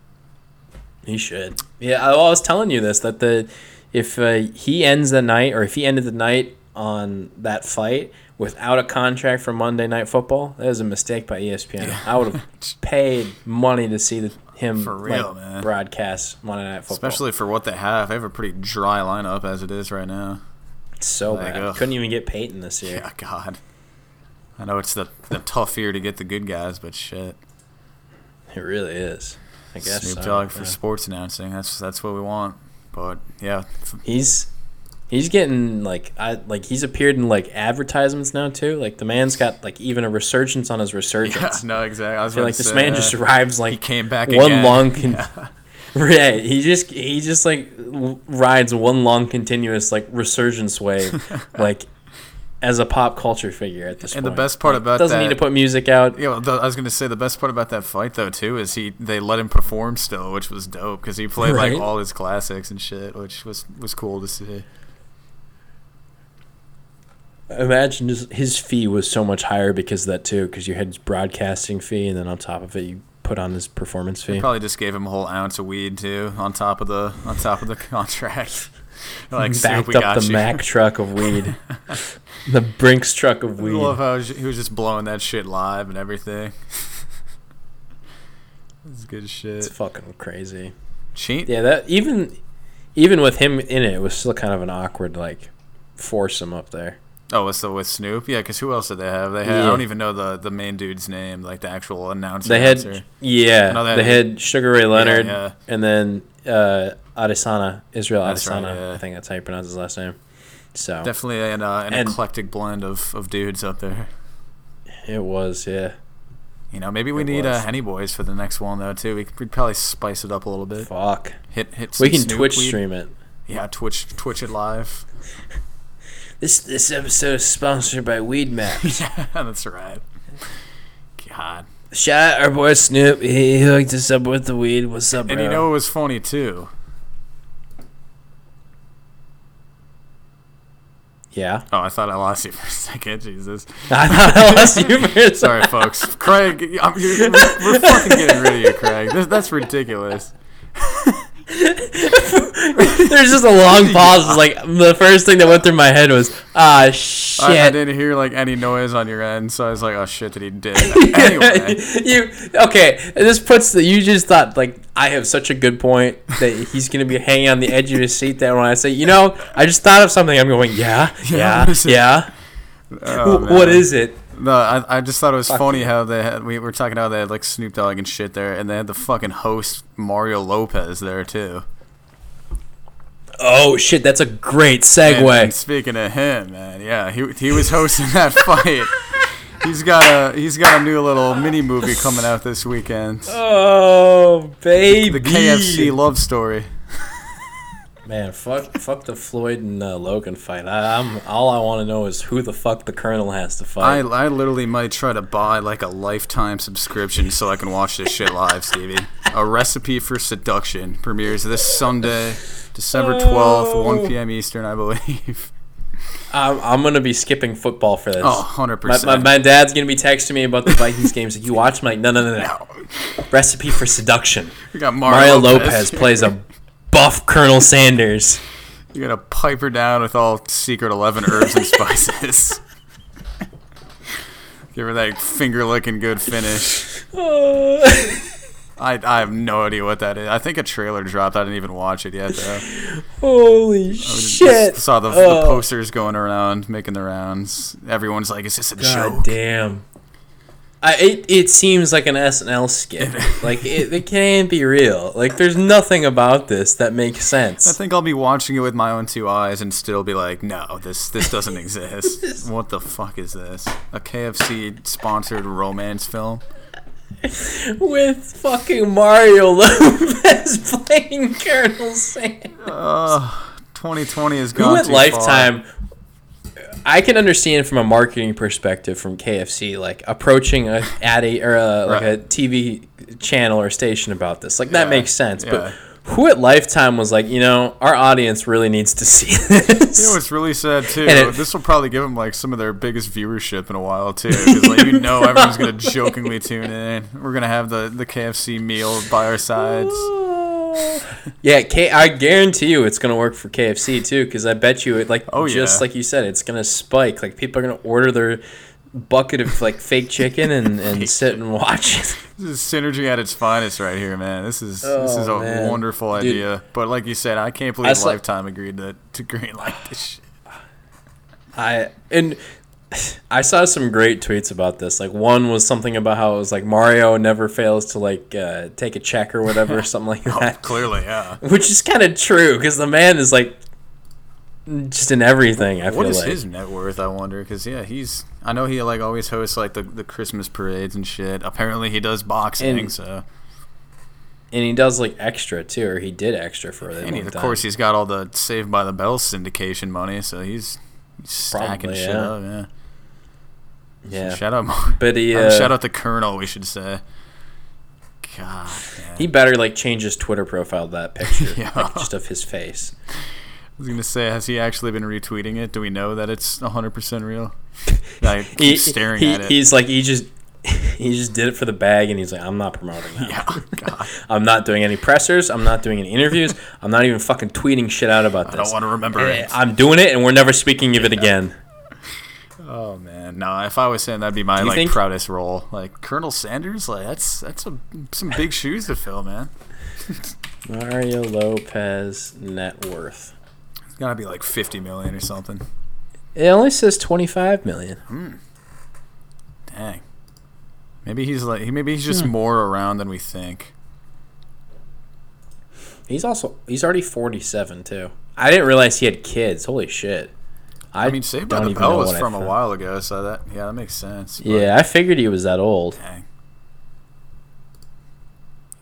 Speaker 3: He should. Yeah, I, well, I was telling you this that the if uh, he ends the night or if he ended the night on that fight without a contract for Monday Night Football, that was a mistake by E ESPN. I would have paid money to see the, him
Speaker 1: For real,
Speaker 3: like,
Speaker 1: man.
Speaker 3: broadcast Monday Night Football.
Speaker 1: Especially for what they have, they have a pretty dry lineup as it is right now.
Speaker 3: it's so
Speaker 1: Like,
Speaker 3: bad.
Speaker 1: ugh.
Speaker 3: Couldn't even get Peyton this year.
Speaker 1: Yeah, God. I know it's the the tough year to get the good guys, but shit.
Speaker 3: It really is. I guess
Speaker 1: Snoop
Speaker 3: so,
Speaker 1: Dogg for
Speaker 3: yeah.
Speaker 1: sports announcing. That's that's what we want. But yeah, f-
Speaker 3: he's he's getting like I like he's appeared in like advertisements now too. Like the man's got like even a resurgence on his
Speaker 1: yeah,
Speaker 3: resurgence.
Speaker 1: no, exactly. I was
Speaker 3: I feel
Speaker 1: about
Speaker 3: like
Speaker 1: to
Speaker 3: this
Speaker 1: say,
Speaker 3: man
Speaker 1: uh,
Speaker 3: just arrives like
Speaker 1: came back
Speaker 3: one
Speaker 1: again.
Speaker 3: long con- yeah he just he just like w- rides one long continuous like resurgence wave like as a pop culture figure at this
Speaker 1: And the
Speaker 3: point
Speaker 1: best part
Speaker 3: Like,
Speaker 1: about
Speaker 3: doesn't
Speaker 1: that-
Speaker 3: need to put music out
Speaker 1: Yeah, well, th- I was gonna say the best part about that fight though too is he they let him perform still, which was dope because he played
Speaker 3: Right.
Speaker 1: like all his classics and shit, which was was cool to see.
Speaker 3: imagine just his fee was so much higher because of that too because you had his broadcasting fee and then on top of it you put on his performance fee
Speaker 1: Probably just gave him a whole ounce of weed too on top of the on top of the contract. like Snoop,
Speaker 3: backed
Speaker 1: we
Speaker 3: up
Speaker 1: got
Speaker 3: the
Speaker 1: you.
Speaker 3: Mack truck of weed, the Brinks truck of
Speaker 1: I love
Speaker 3: weed.
Speaker 1: how he was just blowing that shit live and everything. It's good shit.
Speaker 3: It's fucking crazy.
Speaker 1: Chain,
Speaker 3: Yeah, that even even with him in it, it was still kind of an awkward like foursome up there.
Speaker 1: Oh, so with Snoop, yeah, because who else did they have? They had I
Speaker 3: Yeah.
Speaker 1: don't even know the the main dude's name, like the actual announcer.
Speaker 3: They had
Speaker 1: announcer.
Speaker 3: yeah,
Speaker 1: No, they
Speaker 3: they
Speaker 1: had-
Speaker 3: had Sugar Ray Leonard
Speaker 1: yeah.
Speaker 3: and then uh, Adesana, Israel
Speaker 1: That's right,
Speaker 3: Adesana.
Speaker 1: yeah.
Speaker 3: I think that's how you pronounce his last name. So
Speaker 1: definitely an, uh, an
Speaker 3: And-
Speaker 1: eclectic blend of of dudes up there.
Speaker 3: it was yeah.
Speaker 1: You know, maybe we
Speaker 3: It
Speaker 1: need uh,
Speaker 3: was.
Speaker 1: Henny Boys for the next one though too. We could, we'd probably spice it up a little bit.
Speaker 3: Fuck,
Speaker 1: Hit hit.
Speaker 3: we
Speaker 1: some
Speaker 3: can
Speaker 1: Snoop
Speaker 3: Twitch
Speaker 1: weed.
Speaker 3: stream it.
Speaker 1: Yeah, Twitch Twitch it live.
Speaker 3: This this episode is sponsored by Weed Maps.
Speaker 1: That's right. God.
Speaker 3: Shout out our boy Snoop. He hooked us up with the weed. What's up, bro?
Speaker 1: And you know it was funny too.
Speaker 3: yeah.
Speaker 1: Oh, I thought I lost you for a second. Jesus.
Speaker 3: I thought I lost you for a second.
Speaker 1: Sorry, folks. Craig, I'm, you're, we're, we're fucking getting rid of you, Craig. This, that's ridiculous.
Speaker 3: There's just a long pause. It's like the first thing that went through my head was, ah, shit.
Speaker 1: I, I didn't hear like any noise on your end, so I was like, "Oh shit, that he did." Anyway,
Speaker 3: you okay? This puts the you just thought like I have such a good point that he's gonna be hanging on the edge of his seat. That when I say, you know, I just thought of something. I'm going, yeah, yeah,
Speaker 1: what is it?
Speaker 3: yeah.
Speaker 1: oh,
Speaker 3: Wh- what
Speaker 1: man.
Speaker 3: is it?
Speaker 1: No, I, I just thought it was funny how they had we were talking how they had like Snoop Dogg and shit there, and they had the fucking host Mario Lopez there too.
Speaker 3: Oh shit, that's a great
Speaker 1: And, and
Speaker 3: segue.
Speaker 1: speaking of him, man, yeah, he he was hosting that fight. He's got a he's got a new little mini movie coming out this weekend.
Speaker 3: Oh baby,
Speaker 1: The KFC love story.
Speaker 3: Man, fuck, fuck the Floyd and uh, Logan fight. I, I'm all I want to know is who the fuck the Colonel has to
Speaker 1: I,
Speaker 3: fight.
Speaker 1: I literally might try to buy like a lifetime subscription so I can watch this shit live, Stevie. A Recipe for Seduction premieres this Sunday, December 12th, 1 p.m. Eastern, I believe.
Speaker 3: I, am I'm gonna be skipping football for this.
Speaker 1: Oh, 100%.
Speaker 3: My, my, my dad's gonna be texting me about the Vikings games. Like, you watch? i like, no, no, no, no. Recipe for seduction.
Speaker 1: We got Mario,
Speaker 3: Mario Lopez plays a buff Colonel Sanders.
Speaker 1: You gotta pipe her down with all Secret 11 herbs and spices. Give her that finger licking good finish.
Speaker 3: Oh,
Speaker 1: I, I have no idea what that is. I think a trailer dropped. I didn't even watch it yet, though.
Speaker 3: holy
Speaker 1: Just
Speaker 3: shit!
Speaker 1: Saw the, the
Speaker 3: Oh.
Speaker 1: posters going around, making the rounds. Everyone's like, "Is this a
Speaker 3: God
Speaker 1: joke?"
Speaker 3: damn. I, it, it seems like an SNL skit. like it, it can't be real. Like there's nothing about this that makes
Speaker 1: I
Speaker 3: sense.
Speaker 1: think I'll be watching it with my own two eyes and still be like, "No, this this doesn't exist. what the fuck is this? A KFC sponsored romance film?"
Speaker 3: With fucking Mario Lopez playing Colonel Sanders.
Speaker 1: 2020 is
Speaker 3: Who
Speaker 1: gone.
Speaker 3: at
Speaker 1: too
Speaker 3: Lifetime? I can understand from a marketing perspective from KFC, like approaching a ad a, or a, like a
Speaker 1: Right.
Speaker 3: TV channel or station about this. Like that
Speaker 1: Yeah,
Speaker 3: makes sense.
Speaker 1: yeah.
Speaker 3: But who at Lifetime was like, you know, our audience really needs to see this.
Speaker 1: You know what's really sad too?
Speaker 3: And it-
Speaker 1: this will probably give them like some of their biggest viewership in a while too, because like you know everyone's gonna jokingly tune in. We're gonna have the the KFC meal by our sides.
Speaker 3: yeah, K- I guarantee you it's gonna work for KFC too, because I bet you it like
Speaker 1: Oh,
Speaker 3: just
Speaker 1: yeah.
Speaker 3: like you said, it's gonna spike. Like people are gonna order their bucket of like fake chicken and, and sit and watch it.
Speaker 1: This is synergy at its finest right here, man. This is this is a
Speaker 3: Oh, man.
Speaker 1: wonderful
Speaker 3: Dude.
Speaker 1: idea. But like you said, I can't believe
Speaker 3: I saw-
Speaker 1: Lifetime agreed to to greenlight this shit.
Speaker 3: I and I saw some great tweets about this. Like one was something about how it was like Mario never fails to like uh, take a check or whatever, something like
Speaker 1: Oh,
Speaker 3: that.
Speaker 1: Clearly, yeah.
Speaker 3: Which is kind of true because the man is like just in everything. I
Speaker 1: What
Speaker 3: feel
Speaker 1: is
Speaker 3: like
Speaker 1: his net worth? I wonder. Because yeah, he's. I know he like always hosts like the, the Christmas parades and shit. Apparently, he does boxing.
Speaker 3: And-
Speaker 1: so
Speaker 3: and he does like extra too, or he did extra for it.
Speaker 1: and he, of course, he's got all the Saved by the Bell syndication money. So he's, he's stacking
Speaker 3: Probably,
Speaker 1: shit
Speaker 3: yeah.
Speaker 1: up. Yeah.
Speaker 3: yeah.
Speaker 1: Shout out, Mar-
Speaker 3: But he
Speaker 1: or
Speaker 3: uh,
Speaker 1: shout out the Colonel. We should say. God. Man.
Speaker 3: he better like change his Twitter profile to that picture,
Speaker 1: Yeah.
Speaker 3: like, just of his face.
Speaker 1: I was gonna say, has he actually been retweeting it? Do we know that it's 100% real? I keep
Speaker 3: He,
Speaker 1: staring
Speaker 3: he-
Speaker 1: at it.
Speaker 3: He's like he just he just did it for the bag, and he's like, I'm not promoting that.
Speaker 1: yeah, God,
Speaker 3: I'm not doing any pressers. I'm not doing any interviews. I'm not even fucking tweeting shit out about
Speaker 1: I
Speaker 3: this.
Speaker 1: don't want to remember
Speaker 3: Eh,
Speaker 1: it.
Speaker 3: I'm doing it, and we're never speaking of it again.
Speaker 1: Oh man, no. If I was saying that'd be my
Speaker 3: you
Speaker 1: like
Speaker 3: think-
Speaker 1: proudest role, like Colonel Sanders, like that's that's a, some big shoes to fill, man.
Speaker 3: Mario Lopez net worth.
Speaker 1: It's gotta be like fifty million or something.
Speaker 3: It only says twenty five million.
Speaker 1: Dang. Maybe he's like he maybe he's
Speaker 3: Hmm.
Speaker 1: just more around than we think.
Speaker 3: He's also he's already forty seven too. I didn't realize he had kids. Holy shit.
Speaker 1: I mean, Saved by
Speaker 3: don't
Speaker 1: the
Speaker 3: even know
Speaker 1: Bell was
Speaker 3: what I
Speaker 1: from a
Speaker 3: thought.
Speaker 1: while ago, so that yeah, that makes sense. but
Speaker 3: Yeah, I figured he was that old.
Speaker 1: Dang.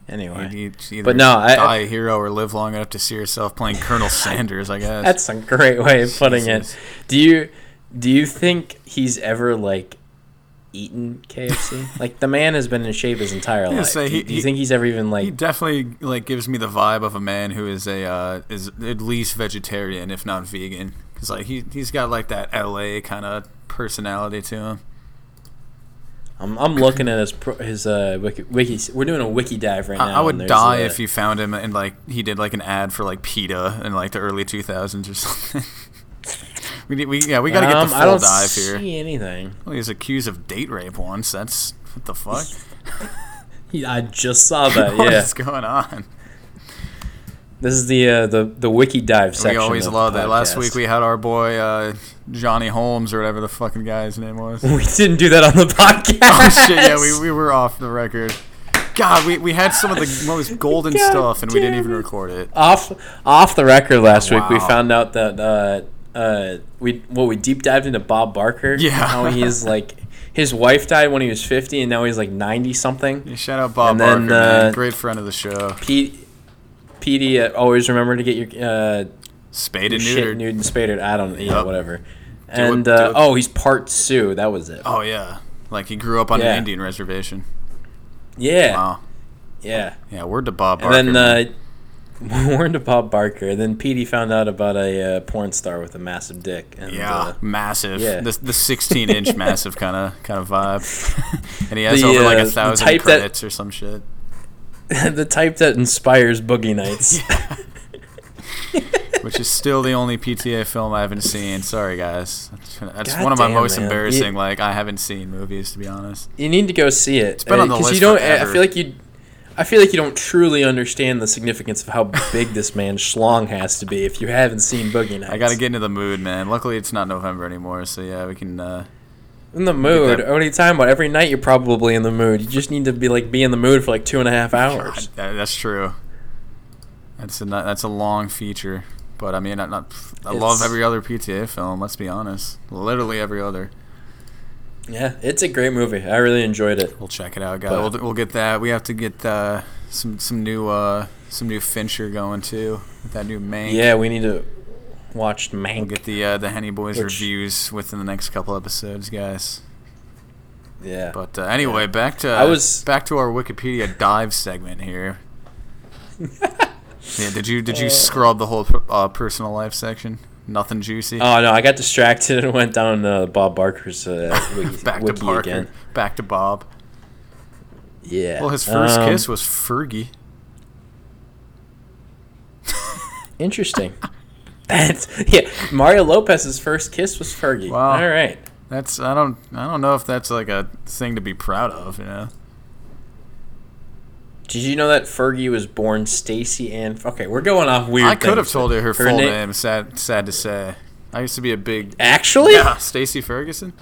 Speaker 3: Anyway,
Speaker 1: You need to either
Speaker 3: But no, I-
Speaker 1: die a hero or live long enough to see yourself playing Colonel Sanders. I guess
Speaker 3: that's a great way of putting
Speaker 1: Jesus.
Speaker 3: it. Do you do you think he's ever like eaten KFC? like the man has been in shape his entire
Speaker 1: gonna
Speaker 3: life.
Speaker 1: say,
Speaker 3: do,
Speaker 1: he-
Speaker 3: you- do you
Speaker 1: he-
Speaker 3: think he's ever even
Speaker 1: he
Speaker 3: like?
Speaker 1: definitely like gives me the vibe of a man who is a uh, is at least vegetarian, if not vegan. Because like he he's got like that L.A. kind of personality to him.
Speaker 3: I'm, I'm looking at his pro, his uh wiki, wiki. We're doing a wiki dive right now.
Speaker 1: I, I
Speaker 3: and
Speaker 1: would
Speaker 3: there's
Speaker 1: die
Speaker 3: a-
Speaker 1: if you found him and like he did like an ad for like PETA in like the early 2000s or something. we, need, we yeah we gotta get
Speaker 3: Um,
Speaker 1: the
Speaker 3: I
Speaker 1: full
Speaker 3: don't
Speaker 1: dive
Speaker 3: see
Speaker 1: here.
Speaker 3: anything.
Speaker 1: Well, he was accused of date rape once. That's what the fuck.
Speaker 3: Yeah, I just saw that.
Speaker 1: What
Speaker 3: Uh, yeah,
Speaker 1: is going on?
Speaker 3: this is the uh, the the wiki dive section.
Speaker 1: We always
Speaker 3: of the
Speaker 1: love that. Last
Speaker 3: podcast.
Speaker 1: week we had our boy uh, Johnny Holmes or whatever the fucking guy's name was.
Speaker 3: we didn't do that on the podcast.
Speaker 1: oh shit! Yeah, we, we were off the record. God, we, we had some of the most golden
Speaker 3: God
Speaker 1: stuff and we didn't
Speaker 3: damn
Speaker 1: even
Speaker 3: it.
Speaker 1: record it.
Speaker 3: off off the record last week we
Speaker 1: Oh, Wow.
Speaker 3: found out that uh, uh, we well we deep dived into Bob Barker.
Speaker 1: Yeah.
Speaker 3: how he is like his wife died when he was fifty, and now he's like ninety something.
Speaker 1: Shout out Bob
Speaker 3: And
Speaker 1: Barker,
Speaker 3: then,
Speaker 1: man.
Speaker 3: uh,
Speaker 1: great friend of the show.
Speaker 3: Pete, Petey, uh, always remember to get your uh,
Speaker 1: Spade
Speaker 3: your
Speaker 1: and
Speaker 3: shit
Speaker 1: neutered.
Speaker 3: nude and spadered. I don't yeah
Speaker 1: Yup.
Speaker 3: whatever. And
Speaker 1: do
Speaker 3: uh,
Speaker 1: it.
Speaker 3: oh, he's part Sioux. That was it.
Speaker 1: Oh yeah, like he grew up on
Speaker 3: Yeah.
Speaker 1: an Indian reservation.
Speaker 3: Yeah,
Speaker 1: Wow.
Speaker 3: yeah.
Speaker 1: Yeah, word to Bob
Speaker 3: And
Speaker 1: Barker. man.
Speaker 3: then uh, we're into Bob Barker. And then Petey found out about a uh, porn star with a massive dick. And,
Speaker 1: yeah,
Speaker 3: uh,
Speaker 1: massive.
Speaker 3: yeah.
Speaker 1: The the 16 inch massive kind of kind of vibe. and he has
Speaker 3: The,
Speaker 1: over like
Speaker 3: uh,
Speaker 1: a
Speaker 3: the
Speaker 1: thousand
Speaker 3: type that-
Speaker 1: credits or some shit.
Speaker 3: uh, the type that inspires boogie nights.
Speaker 1: which is still the only PTA film I haven't seen. Sorry, guys. That's, that's
Speaker 3: God
Speaker 1: one of my
Speaker 3: damn,
Speaker 1: most
Speaker 3: man.
Speaker 1: embarrassing. Like I haven't seen movies to be honest.
Speaker 3: You need to go see it. It's
Speaker 1: been on the
Speaker 3: you
Speaker 1: list
Speaker 3: don't. I
Speaker 1: forever.
Speaker 3: feel like you. I feel like you don't truly understand the significance of how big this man Schlong has to be if you haven't seen Boogie Nights.
Speaker 1: I got to get into the mood, man. Luckily, it's not November anymore, so yeah, we can. Uh,
Speaker 3: in the mood.
Speaker 1: that-
Speaker 3: What are you talking about? Every night you're probably in the mood. You just need to be like be in the mood for like two and a half hours.
Speaker 1: that- that's true. That's a not- that's a long feature, but I mean, I, not, I love
Speaker 3: It's-
Speaker 1: every other PTA film. Let's be honest, literally every other.
Speaker 3: Yeah, it's a great movie. I really enjoyed it.
Speaker 1: We'll check it out, guys.
Speaker 3: But-
Speaker 1: We'll, we'll get that. We have to get uh, some some new uh, some new Fincher going too. With that new man.
Speaker 3: Yeah, we need to watch
Speaker 1: We'll
Speaker 3: Mank.
Speaker 1: get the uh, the Henny Boys
Speaker 3: Which-
Speaker 1: reviews within the next couple episodes, guys.
Speaker 3: yeah,
Speaker 1: But uh, anyway, back to
Speaker 3: I was-
Speaker 1: back to our Wikipedia dive segment here. yeah, did you did you scrub the whole uh, personal life section? Nothing juicy.
Speaker 3: oh no, I got distracted and went down uh, Bob Barker's uh, wiki,
Speaker 1: back to
Speaker 3: wiki
Speaker 1: Parker.
Speaker 3: again.
Speaker 1: Back to Bob.
Speaker 3: Yeah.
Speaker 1: Well, his first
Speaker 3: Um,
Speaker 1: kiss was Fergie.
Speaker 3: Interesting. That's yeah. Mario Lopez's first kiss was Fergie.
Speaker 1: Wow.
Speaker 3: All right.
Speaker 1: That's I don't I don't know if that's like a thing to be proud of. You know.
Speaker 3: Did you know that Fergie was born Stacy Ann? Okay, we're going off weird.
Speaker 1: I could have
Speaker 3: things.
Speaker 1: told you her, full
Speaker 3: na-
Speaker 1: name. Sad sad to say. I used to be a big
Speaker 3: Actually,
Speaker 1: yeah Stacy Ferguson.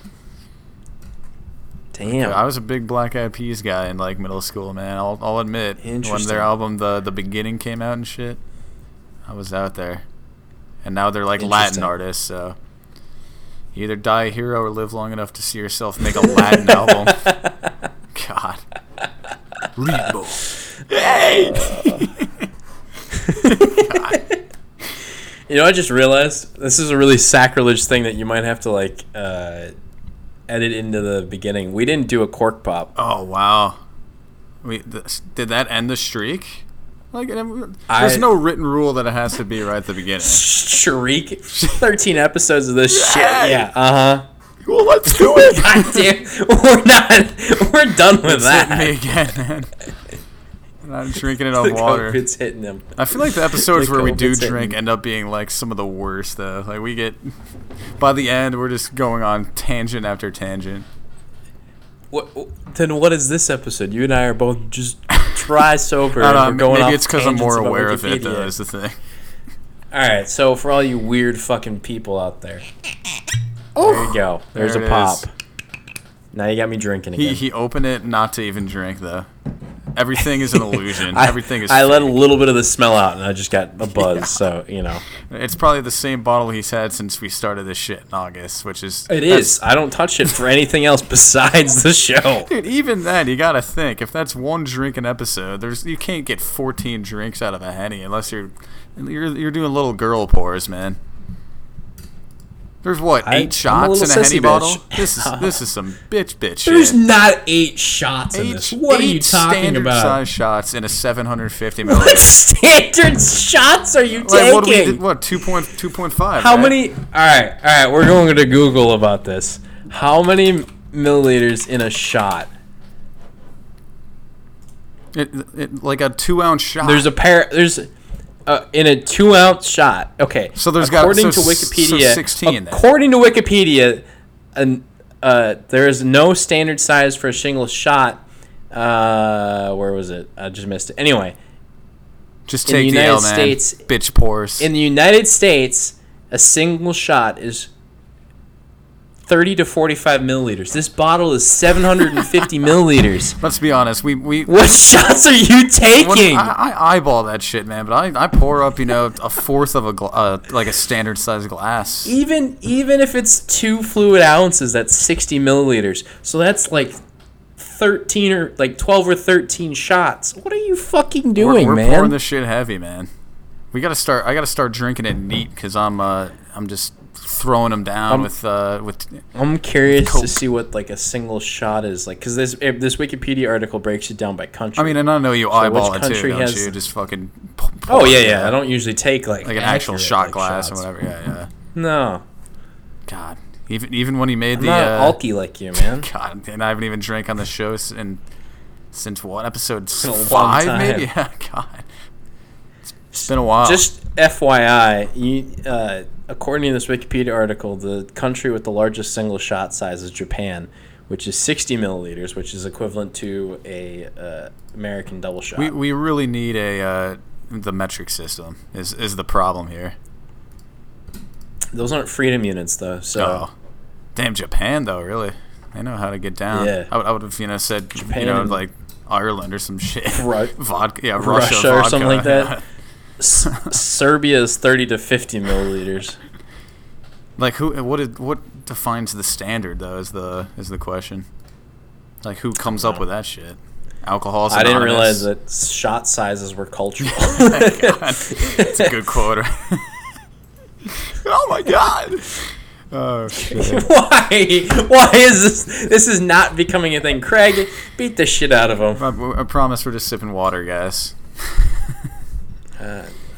Speaker 3: damn.
Speaker 1: I was a big Black Eyed Peas guy in like middle school, man. I'll, I'll admit. When
Speaker 3: Interesting.
Speaker 1: their album the the beginning came out and shit, I was out there. And now they're like Latin
Speaker 3: Interesting.
Speaker 1: artists, so you either die a hero or live long enough to see yourself make a Latin album. God. Rebo.
Speaker 3: you know, I just realized this is a really sacrilege thing that you might have to like uh, edit into the beginning. We didn't do a cork pop.
Speaker 1: Oh wow. We th- did that end the streak? Like it- there's
Speaker 3: I-
Speaker 1: no written rule that it has to be right at the beginning.
Speaker 3: Shriek. Thirteen episodes of this shit. Yeah. Uh huh.
Speaker 1: well, let's do it.
Speaker 3: God damn. We're not. We're done with
Speaker 1: It's hitting me
Speaker 3: that.
Speaker 1: again, man. And I'm drinking it
Speaker 3: The
Speaker 1: off water.
Speaker 3: COVID's hitting him.
Speaker 1: I feel like the episodes
Speaker 3: the
Speaker 1: where we do
Speaker 3: COVID's hitting
Speaker 1: drink
Speaker 3: me.
Speaker 1: end up being like some of the worst, though. Like we get by the end, we're just going on tangent after tangent.
Speaker 3: What, then what is this episode? You and I are both just try sober.
Speaker 1: I
Speaker 3: and
Speaker 1: don't know,
Speaker 3: we're going
Speaker 1: uh, maybe
Speaker 3: off
Speaker 1: it's because I'm
Speaker 3: tangents
Speaker 1: more
Speaker 3: about
Speaker 1: aware of it,
Speaker 3: Wikipedia.
Speaker 1: though, is the thing.
Speaker 3: All right, so for all you weird fucking people out there, there you go. There's
Speaker 1: There
Speaker 3: a
Speaker 1: it
Speaker 3: pop.
Speaker 1: is.
Speaker 3: Now you got me drinking again.
Speaker 1: He, he opened it not to even drink, though. Everything is an illusion.
Speaker 3: I,
Speaker 1: Everything is.
Speaker 3: I let a little bit of the smell out, and I just got a buzz. So you know,
Speaker 1: it's probably the same bottle he's had since we started this shit in August, which is.
Speaker 3: it is. I don't touch it for anything else besides the show.
Speaker 1: Dude, even then, you gotta think. If that's one drink an episode, there's you can't get 14 drinks out of a henny unless you're you're you're doing little girl pours, man. There's what
Speaker 3: I- I'm
Speaker 1: eight
Speaker 3: a
Speaker 1: shots
Speaker 3: little
Speaker 1: in a henny
Speaker 3: sissy bitch.
Speaker 1: bottle. This is this is some bitch bitch
Speaker 5: There's
Speaker 1: shit.
Speaker 5: not eight shots in this. What are you talking
Speaker 1: standard
Speaker 5: about?
Speaker 1: size shots in a 750
Speaker 3: What
Speaker 1: milliliter.
Speaker 3: standard shots are you
Speaker 1: Like,
Speaker 3: taking?
Speaker 1: what, do we, did- what 2.2.5?
Speaker 3: How
Speaker 1: right?
Speaker 3: many? All right, all right. We're going to Google about this. How many milliliters in a shot?
Speaker 1: It, it, like a two ounce shot.
Speaker 3: There's a pair. There's uh, in a two ounce shot. Okay.
Speaker 1: So there's got-
Speaker 3: according
Speaker 1: so
Speaker 3: to
Speaker 1: s- so
Speaker 3: Wikipedia.
Speaker 1: 16 then.
Speaker 3: according to Wikipedia, an, uh, there is no standard size for a single shot. Uh, where was it? I just missed it. Anyway,
Speaker 1: just
Speaker 3: in the
Speaker 1: take the,
Speaker 3: United
Speaker 1: L, man.
Speaker 3: States-
Speaker 1: bitch pours.
Speaker 3: in the United States, a single shot is. 30 to 45 milliliters. This bottle is 750 milliliters.
Speaker 1: Let's be honest. We we
Speaker 3: What shots are you
Speaker 1: When-
Speaker 3: taking?
Speaker 1: I, I eyeball that shit, man. But I, I pour up, you know, a fourth of a gla- uh, like a standard size glass.
Speaker 3: even even if it's two fluid ounces, that's sixty milliliters. So that's like thirteen or like twelve or thirteen shots. What are you fucking
Speaker 1: We're-
Speaker 3: doing,
Speaker 1: we're
Speaker 3: man?
Speaker 1: pouring this shit heavy, man. We gotta start. I gotta start drinking it neat because I'm uh I'm just throwing them down
Speaker 3: Um,
Speaker 1: with uh with.
Speaker 3: I'm curious to
Speaker 1: Coke.
Speaker 3: see what like a single shot is like, because this if this Wikipedia article breaks it down by country.
Speaker 1: I mean, and I know you eyeball it too,
Speaker 3: country
Speaker 1: don't
Speaker 3: has-
Speaker 1: you? Just fucking. p-
Speaker 3: oh
Speaker 1: pour
Speaker 3: yeah,
Speaker 1: it,
Speaker 3: yeah. I don't usually take like
Speaker 1: like an actual
Speaker 3: accurate,
Speaker 1: shot
Speaker 3: like,
Speaker 1: glass
Speaker 3: shots.
Speaker 1: or whatever. Yeah, yeah.
Speaker 3: No,
Speaker 1: God, even even when he made
Speaker 3: I'm
Speaker 1: the
Speaker 3: not
Speaker 1: uh,
Speaker 3: alky like you, man.
Speaker 1: God, and I haven't even drank on the show s- in since what episode
Speaker 3: a long
Speaker 1: five
Speaker 3: time.
Speaker 1: maybe? Yeah, God, it's been a while.
Speaker 3: Just FYI, you, uh, according to this Wikipedia article, the country with the largest single shot size is Japan, which is 60 milliliters, which is equivalent to a uh, American double shot.
Speaker 1: we we really need a uh, the metric system is is the problem here.
Speaker 3: Those aren't freedom units though, so
Speaker 1: Oh, damn Japan though, really? They know how to get down.
Speaker 3: Yeah.
Speaker 1: I would I would have you know said
Speaker 3: Japan
Speaker 1: you know
Speaker 3: and-
Speaker 1: like Ireland or some shit.
Speaker 3: Ru-
Speaker 1: vodka, yeah, Russia,
Speaker 3: Russia, or
Speaker 1: vodka.
Speaker 3: something like that. S- Serbia is 30 to 50 milliliters.
Speaker 1: Like who? What? Is, what defines the standard though? Is the is the question? Like who comes up with that shit? Alcohol's.
Speaker 3: I didn't
Speaker 1: Anonymous. Oh
Speaker 3: realize that shot sizes were cultural.
Speaker 1: It's a good quote. oh my god. Oh shit.
Speaker 3: Why? Why is this? This is not becoming a thing. Craig, beat the shit out of him.
Speaker 1: I, I promise we're just sipping water, guys.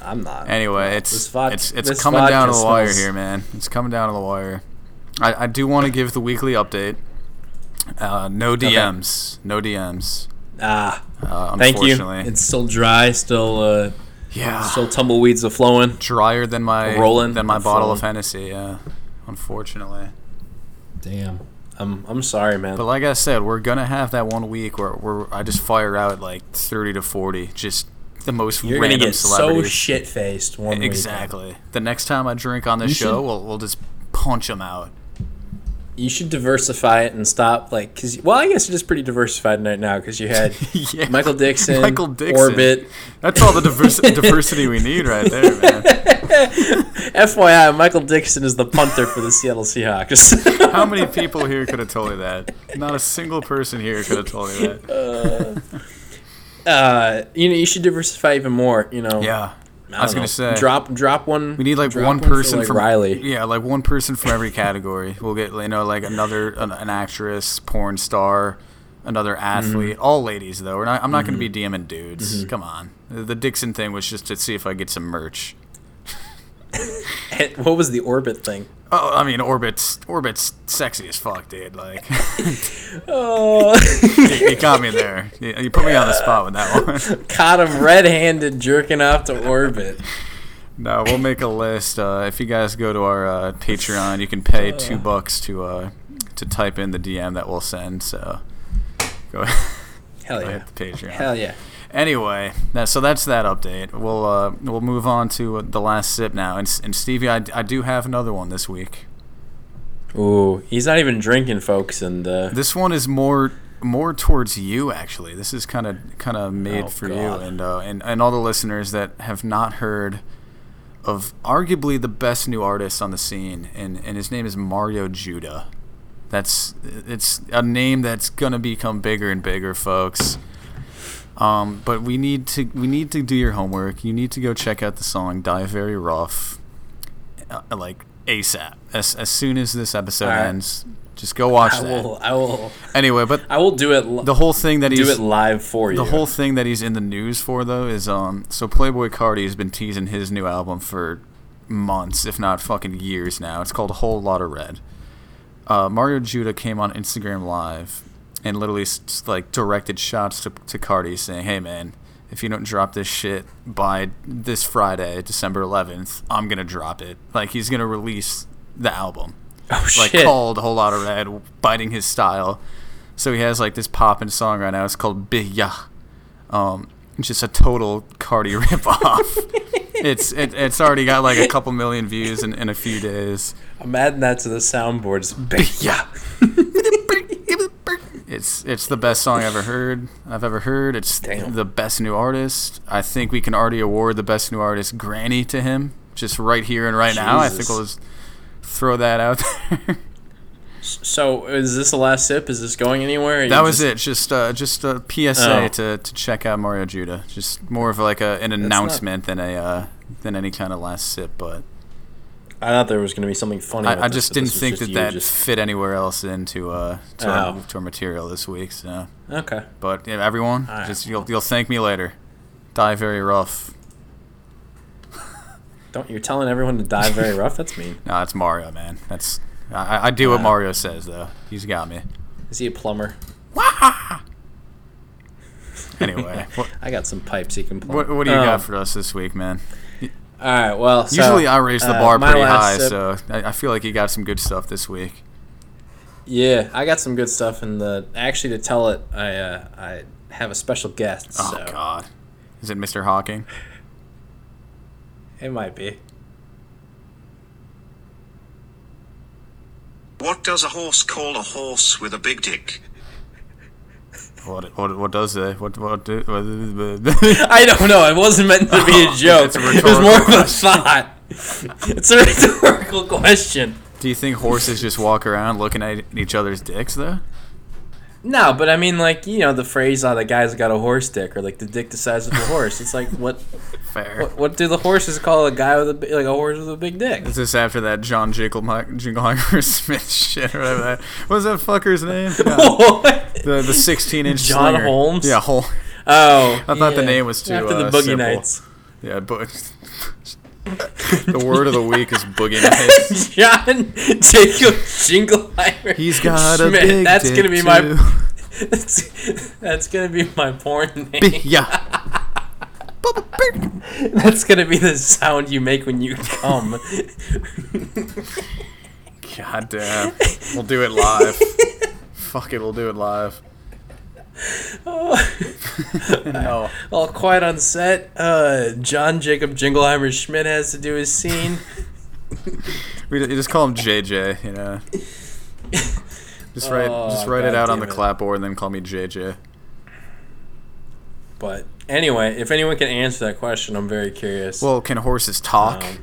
Speaker 3: I'm not.
Speaker 1: Anyway, it's
Speaker 3: This vodka-
Speaker 1: it's it's
Speaker 3: this
Speaker 1: coming down to
Speaker 3: vodka
Speaker 1: the wire
Speaker 3: smells-
Speaker 1: here, man. It's coming down to the wire. I, I do want to give the weekly update. Uh, no DMs. No DMs.
Speaker 3: Ah.
Speaker 1: Uh,
Speaker 3: Thank you.
Speaker 1: unfortunately.
Speaker 5: It's still dry. Still, uh,
Speaker 1: Yeah.
Speaker 3: Still tumbleweeds are flowing.
Speaker 1: drier than my
Speaker 3: Rolling.
Speaker 1: than my
Speaker 3: I'm
Speaker 1: bottle
Speaker 3: flowing.
Speaker 1: of Hennessy. Yeah, unfortunately.
Speaker 5: damn.
Speaker 3: I'm, I'm sorry, man.
Speaker 1: But like I said, we're gonna have that one week where, where I just fire out like thirty to forty, just the most
Speaker 3: You're gonna
Speaker 1: random
Speaker 3: get so
Speaker 1: celebrities.
Speaker 3: shit faced one week.
Speaker 1: exactly. The next time I drink on this
Speaker 5: You
Speaker 1: show,
Speaker 5: should-
Speaker 1: we'll we'll just punch them out.
Speaker 3: You should diversify it and stop like because well, I guess it is pretty diversified right now because you had
Speaker 1: Yeah.
Speaker 3: Michael Dixon,
Speaker 1: Michael Dixon.
Speaker 3: Orbit.
Speaker 1: That's all the divers- diversity we need right there, man.
Speaker 3: FYI, Michael Dixon is the punter for the Seattle Seahawks.
Speaker 1: How many people here could have told you that? Not a single person here could have told you that.
Speaker 3: uh, you know, you should diversify even more. You know,
Speaker 1: Yeah.
Speaker 3: I,
Speaker 1: I, was
Speaker 3: don't
Speaker 1: gonna
Speaker 3: know.
Speaker 1: say
Speaker 3: drop drop one.
Speaker 1: We need like
Speaker 3: drop
Speaker 1: one
Speaker 3: for,
Speaker 1: person
Speaker 3: like,
Speaker 1: from
Speaker 3: Riley.
Speaker 1: Yeah, like one person from every category. We'll get you know like another an, an actress, porn star, another
Speaker 3: Mm-hmm.
Speaker 1: athlete. All ladies though. We're not, I'm not going to be DMing dudes.
Speaker 3: Mm-hmm.
Speaker 1: Come on. The the Dixon thing was just to see if I get some merch.
Speaker 3: what was the Orbit thing?
Speaker 1: Oh, I mean Orbit's Orbit's sexy as fuck, dude. Like
Speaker 3: Oh,
Speaker 1: you got me there. You, you put me on the spot with that one.
Speaker 3: caught him red-handed jerking off to Orbit.
Speaker 1: no, we'll make a list. Uh, if you guys go to our uh, Patreon, you can pay two bucks to uh, to type in the DM that we'll send. So go ahead.
Speaker 3: Hell yeah.
Speaker 1: Hit the Patreon.
Speaker 3: Hell yeah.
Speaker 1: Anyway, that, so that's that update. We'll uh, we'll move on to uh, the last sip now. And, S- and Stevie, I, I do have another one this week.
Speaker 3: Ooh, he's not even drinking, folks, and uh,
Speaker 1: This one is more more towards you actually. This is kind of kind of made
Speaker 3: Oh,
Speaker 1: for
Speaker 3: God.
Speaker 1: you and, uh, and and all the listeners that have not heard of arguably the best new artist on the scene, and and his name is Mario Judah. That's it's a name that's gonna become bigger and bigger, folks. Um, but we need to we need to do your homework. You need to go check out the song "Die Very Rough," uh, like ASAP. As as soon as this episode
Speaker 3: All right.
Speaker 1: ends, just go watch
Speaker 3: I
Speaker 1: that.
Speaker 3: will, I will,
Speaker 1: Anyway, but
Speaker 3: I will do it. li-
Speaker 1: the whole thing that
Speaker 3: do
Speaker 1: he's
Speaker 3: it live for you.
Speaker 1: the whole thing that he's in the news for though is um so Playboy Cardi has been teasing his new album for months, if not fucking years now. It's called A Whole Lot of Red. Uh, Mario Judah came on Instagram Live and literally s- s- like directed shots to, to Cardi saying, "Hey man, if you don't drop this shit by this Friday, December 11th, I'm gonna drop it." Like he's gonna release the album
Speaker 3: oh
Speaker 1: like
Speaker 3: shit!
Speaker 1: called a whole lot of red, biting his style. So he has like this poppin' song right now. It's called Biya. Um, it's just a total Cardi ripoff. it's it, it's already got like a couple million views in, in a few days.
Speaker 3: I'm adding that to the soundboards.
Speaker 1: Yeah. It's it's the best song ever heard. I've ever heard. It's
Speaker 3: Damn.
Speaker 1: the best new artist. I think we can already award the best new artist Granny to him just right here and right now. I think
Speaker 3: Jesus.
Speaker 1: we'll just throw that out there.
Speaker 3: So, is this the last sip? Is this going anywhere?
Speaker 1: That was it. Just uh, just a PSA
Speaker 3: Oh.
Speaker 1: to, to check out Mario Judah. Just more of like a, an announcement than a uh, than any kind of last sip. But
Speaker 3: I thought there was going to be something funny. with
Speaker 1: I, I
Speaker 3: this,
Speaker 1: just
Speaker 3: but
Speaker 1: didn't
Speaker 3: this was
Speaker 1: think
Speaker 3: just
Speaker 1: that
Speaker 3: you
Speaker 1: that
Speaker 3: just-
Speaker 1: fit anywhere else into uh, to, our,
Speaker 3: Oh.
Speaker 1: to our material this week. So,
Speaker 3: Okay.
Speaker 1: but yeah, everyone,
Speaker 3: All right.
Speaker 1: just you'll you'll thank me later. Die very rough.
Speaker 3: Don't you're telling everyone to die very rough? That's mean.
Speaker 1: Nah, it's Mario, man. That's I, I- I do what
Speaker 3: Uh.
Speaker 1: Mario says though. He's got me.
Speaker 3: Is he a plumber?
Speaker 1: Anyway, what,
Speaker 3: I got some pipes he can plumb.
Speaker 1: what what do you
Speaker 3: Um,
Speaker 1: got for us this week, man?
Speaker 3: All right. Well, so,
Speaker 1: Usually I raise the
Speaker 3: uh,
Speaker 1: bar
Speaker 3: my
Speaker 1: pretty
Speaker 3: last
Speaker 1: high,
Speaker 3: sip-
Speaker 1: so I, I feel like you got some good stuff this week.
Speaker 3: Yeah, I got some good stuff, and the actually to tell it, I uh, I have a special guest.
Speaker 1: Oh
Speaker 3: so
Speaker 1: God, is it Mr. Hawking?
Speaker 3: It might be.
Speaker 2: What does a horse call a horse with a big dick?
Speaker 1: What what what does it? What what do?
Speaker 3: I don't know. It wasn't meant to be a joke.
Speaker 1: it's a
Speaker 3: it was more of
Speaker 1: rhetorical
Speaker 3: a thought. it's a rhetorical question.
Speaker 1: do you think horses just walk around looking at each other's dicks though?
Speaker 3: No, but I mean, like you know, the phrase "oh, the guy's got a horse dick" or like the dick the size of a horse. It's like what
Speaker 1: Fair.
Speaker 3: what, what do the horses call a guy with a bi- like a horse with a big dick?
Speaker 1: Is this after that John Jingleheimer Jingleheimer Smith shit or whatever that? What was that fucker's name? Yeah,
Speaker 3: What?
Speaker 1: the the sixteen inch
Speaker 3: John
Speaker 1: slinger.
Speaker 3: Holmes?
Speaker 1: Yeah, Hol-
Speaker 3: Oh,
Speaker 1: I thought the name was too,
Speaker 3: after the
Speaker 1: uh,
Speaker 3: Boogie
Speaker 1: simple.
Speaker 3: Nights.
Speaker 1: Yeah, but the word of the week is boogie nights.
Speaker 3: John Jacob Jingleheimer.
Speaker 1: He's got a
Speaker 3: Schmidt.
Speaker 1: big
Speaker 3: That's
Speaker 1: dick
Speaker 3: gonna be
Speaker 1: too.
Speaker 3: my that's, that's gonna be my porn name.
Speaker 1: yeah.
Speaker 3: That's gonna be the sound you make when you come.
Speaker 1: God damn. We'll do it live. Fuck it, we'll do it live. no.
Speaker 3: All quiet on set. Uh, John Jacob Jingleheimer Schmidt has to do his scene.
Speaker 1: We ju- you just call him JJ, you know. Just write,
Speaker 3: Oh,
Speaker 1: just write it
Speaker 3: God
Speaker 1: out on
Speaker 3: damn
Speaker 1: the
Speaker 3: it.
Speaker 1: clapboard, and then call me JJ.
Speaker 3: But anyway, if anyone can answer that question, I'm very curious.
Speaker 1: Well, can horses talk?
Speaker 3: Um,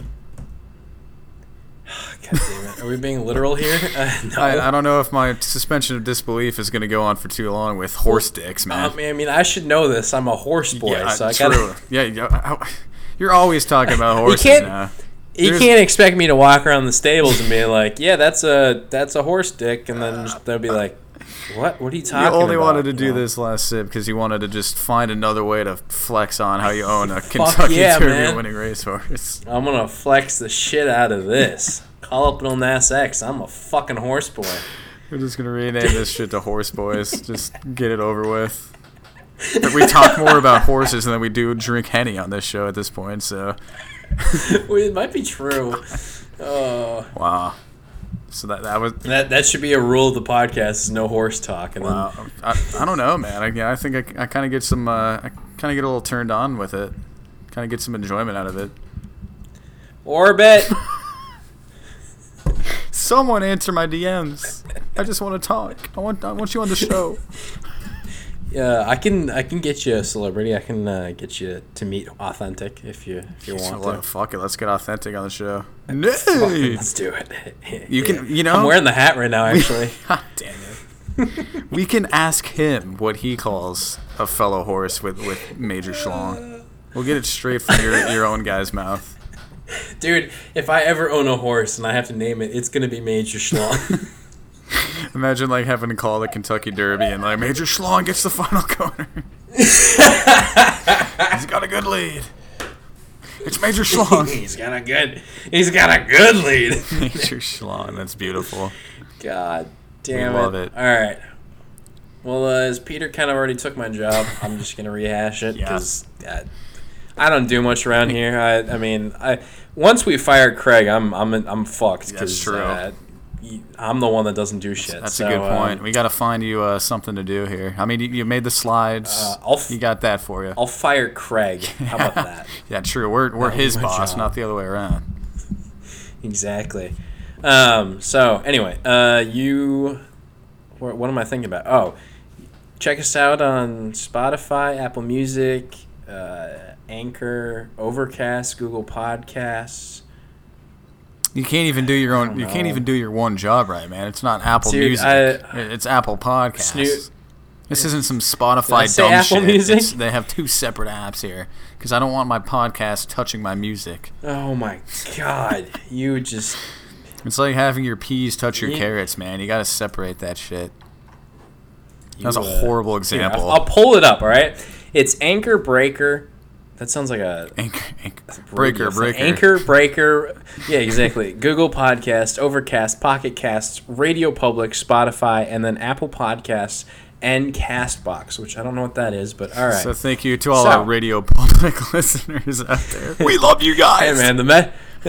Speaker 3: God damn it. Are we being literal here? Uh, no.
Speaker 1: I, I don't know if my suspension of disbelief is going to go on for too long with horse dicks, man.
Speaker 3: I mean, Uh, I mean, I should know this. I'm a horse boy,
Speaker 1: yeah,
Speaker 3: so I
Speaker 1: true.
Speaker 3: gotta.
Speaker 1: yeah, yeah, I- I- you're always talking about horses
Speaker 3: can't-
Speaker 1: now.
Speaker 3: You
Speaker 1: There's-
Speaker 3: can't expect me to walk around the stables and be like, "Yeah, that's a that's a horse dick," and then just- they'll be like, "What? What are you talking
Speaker 1: Uh, You
Speaker 3: about?"
Speaker 1: only wanted to do
Speaker 3: know?
Speaker 1: this last sip because you wanted to just find another way to flex on how you own a
Speaker 3: Fuck
Speaker 1: Kentucky
Speaker 3: yeah,
Speaker 1: Derby
Speaker 3: man.
Speaker 1: winning racehorse.
Speaker 3: I'm gonna flex the shit out of this. Call up an old Nas X. I'm a fucking horse boy.
Speaker 1: We're just gonna rename this shit to Horse Boys. just get it over with. But we talk more about horses than we do drink henny on this show at this point. So
Speaker 3: Well, it might be true. Oh,
Speaker 1: wow. So that that was
Speaker 3: that that should be a rule of the podcast: is no horse talk. And
Speaker 1: wow. I, I don't know, man. I, yeah, I think I, I kind of get some uh, I kind of get a little turned on with it, kind of get some enjoyment out of it.
Speaker 3: Orbit.
Speaker 1: Someone answer my DMs. I just want to talk. I want I want you on the show.
Speaker 3: Yeah, Uh, I can I can get you a celebrity. I can uh, get you to meet authentic if you if you want
Speaker 1: Well,
Speaker 3: to.
Speaker 1: fuck it, let's get authentic on the show.
Speaker 3: Fuck it,
Speaker 1: Nay!
Speaker 3: let's do it.
Speaker 1: You can- you know-
Speaker 3: I'm wearing the hat right now. Actually,
Speaker 1: God damn it. we can ask him what he calls a fellow horse with, with Major Schlong. We'll get it straight from your, your own guy's mouth.
Speaker 3: dude, if I ever own a horse and I have to name it, it's gonna be Major Schlong.
Speaker 1: Imagine like having to call the Kentucky Derby and like Major Schlong gets the final corner. He's got a good lead. It's Major Schlong.
Speaker 3: he's got a good. He's got a good lead.
Speaker 1: Major Schlong, that's beautiful.
Speaker 3: God damn
Speaker 1: love
Speaker 3: it.
Speaker 1: it.
Speaker 3: All right. Well, uh, as Peter kind of already took my job, I'm just gonna rehash it because I, don't do much around here. I, I mean, I once we fire Craig, I'm I'm I'm fucked
Speaker 1: That's
Speaker 3: because
Speaker 1: true.
Speaker 3: uh, y- I'm the one that doesn't do shit.
Speaker 1: That's
Speaker 3: So,
Speaker 1: a good
Speaker 3: uh,
Speaker 1: point. we got to find you uh, something to do here. I mean, you, you made the slides.
Speaker 3: Uh, I'll f-
Speaker 1: you got that for you.
Speaker 3: I'll fire Craig. How about that?
Speaker 1: yeah, true. We're, we're his
Speaker 3: my
Speaker 1: boss,
Speaker 3: job.
Speaker 1: not the other way around.
Speaker 3: exactly. Um, so anyway, uh, you. What, what am I thinking about? Oh, check us out on Spotify, Apple Music, uh, Anchor, Overcast, Google Podcasts.
Speaker 1: You can't even do your own. You can't
Speaker 3: know.
Speaker 1: even do your one job right, man. It's not Apple
Speaker 3: Dude,
Speaker 1: Music.
Speaker 3: I-
Speaker 1: it's Apple Podcasts.
Speaker 3: Snoo-
Speaker 1: this isn't some
Speaker 3: I
Speaker 1: Spotify
Speaker 3: say
Speaker 1: dumb
Speaker 3: Apple
Speaker 1: shit.
Speaker 3: Music?
Speaker 1: It's- they have two separate apps here because I don't want my podcast touching my music.
Speaker 3: Oh my God! you just
Speaker 1: It's like having your peas touch your
Speaker 3: You-
Speaker 1: carrots, man. You got to separate that shit. That was a
Speaker 3: You, uh,
Speaker 1: horrible
Speaker 3: here,
Speaker 1: example.
Speaker 3: I'll, I'll pull it up. All right, it's Anchor Breaker. That sounds like a
Speaker 1: anchor, anchor, breaker,
Speaker 3: Yes,
Speaker 1: breaker.
Speaker 3: Anchor, Breaker. Yeah, exactly. Google Podcast, Overcast, Pocket Casts, Radio Public, Spotify, and then Apple Podcasts and Castbox, which I don't know what that is, but all right.
Speaker 1: So thank you to all
Speaker 3: So-
Speaker 1: our radio public listeners out there. We love you
Speaker 3: hey,
Speaker 1: guys.
Speaker 3: man, the me-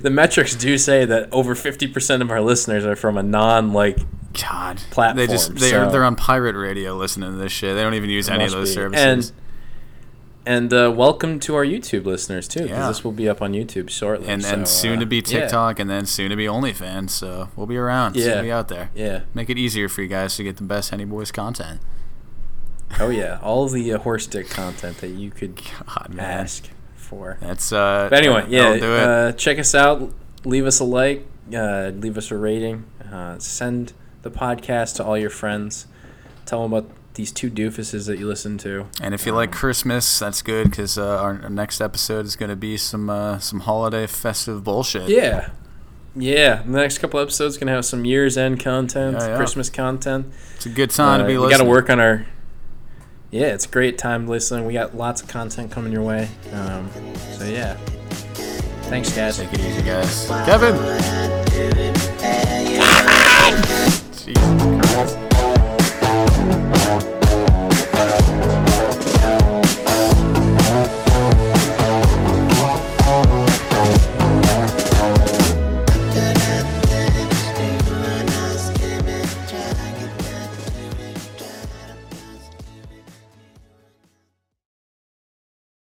Speaker 3: the metrics do say that over 50% of our listeners are from a non like
Speaker 1: God,
Speaker 3: platform,
Speaker 1: They just they are
Speaker 3: so-
Speaker 1: they're on pirate radio listening to this shit. They don't even use any of
Speaker 3: must
Speaker 1: those
Speaker 3: be.
Speaker 1: services.
Speaker 3: and and uh, welcome to our YouTube listeners too, 'cause
Speaker 1: Yeah.
Speaker 3: this will be up on YouTube shortly.
Speaker 1: And
Speaker 3: so,
Speaker 1: and soon to
Speaker 3: uh,
Speaker 1: be
Speaker 3: yeah.
Speaker 1: TikTok, and then soon to be OnlyFans. So we'll be around. Yeah,
Speaker 3: Yeah.
Speaker 1: we'll be out there.
Speaker 3: yeah.
Speaker 1: Make it easier for you guys to get the best Henny Boys content.
Speaker 3: Oh yeah, all the uh, horse dick content that you could
Speaker 1: God, man,
Speaker 3: ask for.
Speaker 1: that's uh.
Speaker 3: But anyway, yeah,
Speaker 1: that'll do it.
Speaker 3: uh, check us out. Leave us a like. Uh, leave us a rating. Uh, send the podcast to all your friends. Tell them about these two doofuses that you listen to.
Speaker 1: and if you like Christmas, that's good because uh, our, our next episode is going to be some uh, some holiday festive bullshit.
Speaker 3: Yeah, yeah. The next couple episodes gonna have some year's end content,
Speaker 1: Yeah, yeah.
Speaker 3: Christmas content.
Speaker 1: it's a good time
Speaker 3: Uh,
Speaker 1: to be
Speaker 3: we
Speaker 1: listening.
Speaker 3: gotta work on our. Yeah, it's a great time listening. We got lots of content coming your way. Um, so yeah, thanks guys.
Speaker 1: Take it easy, guys. Kevin. Jesus Christ.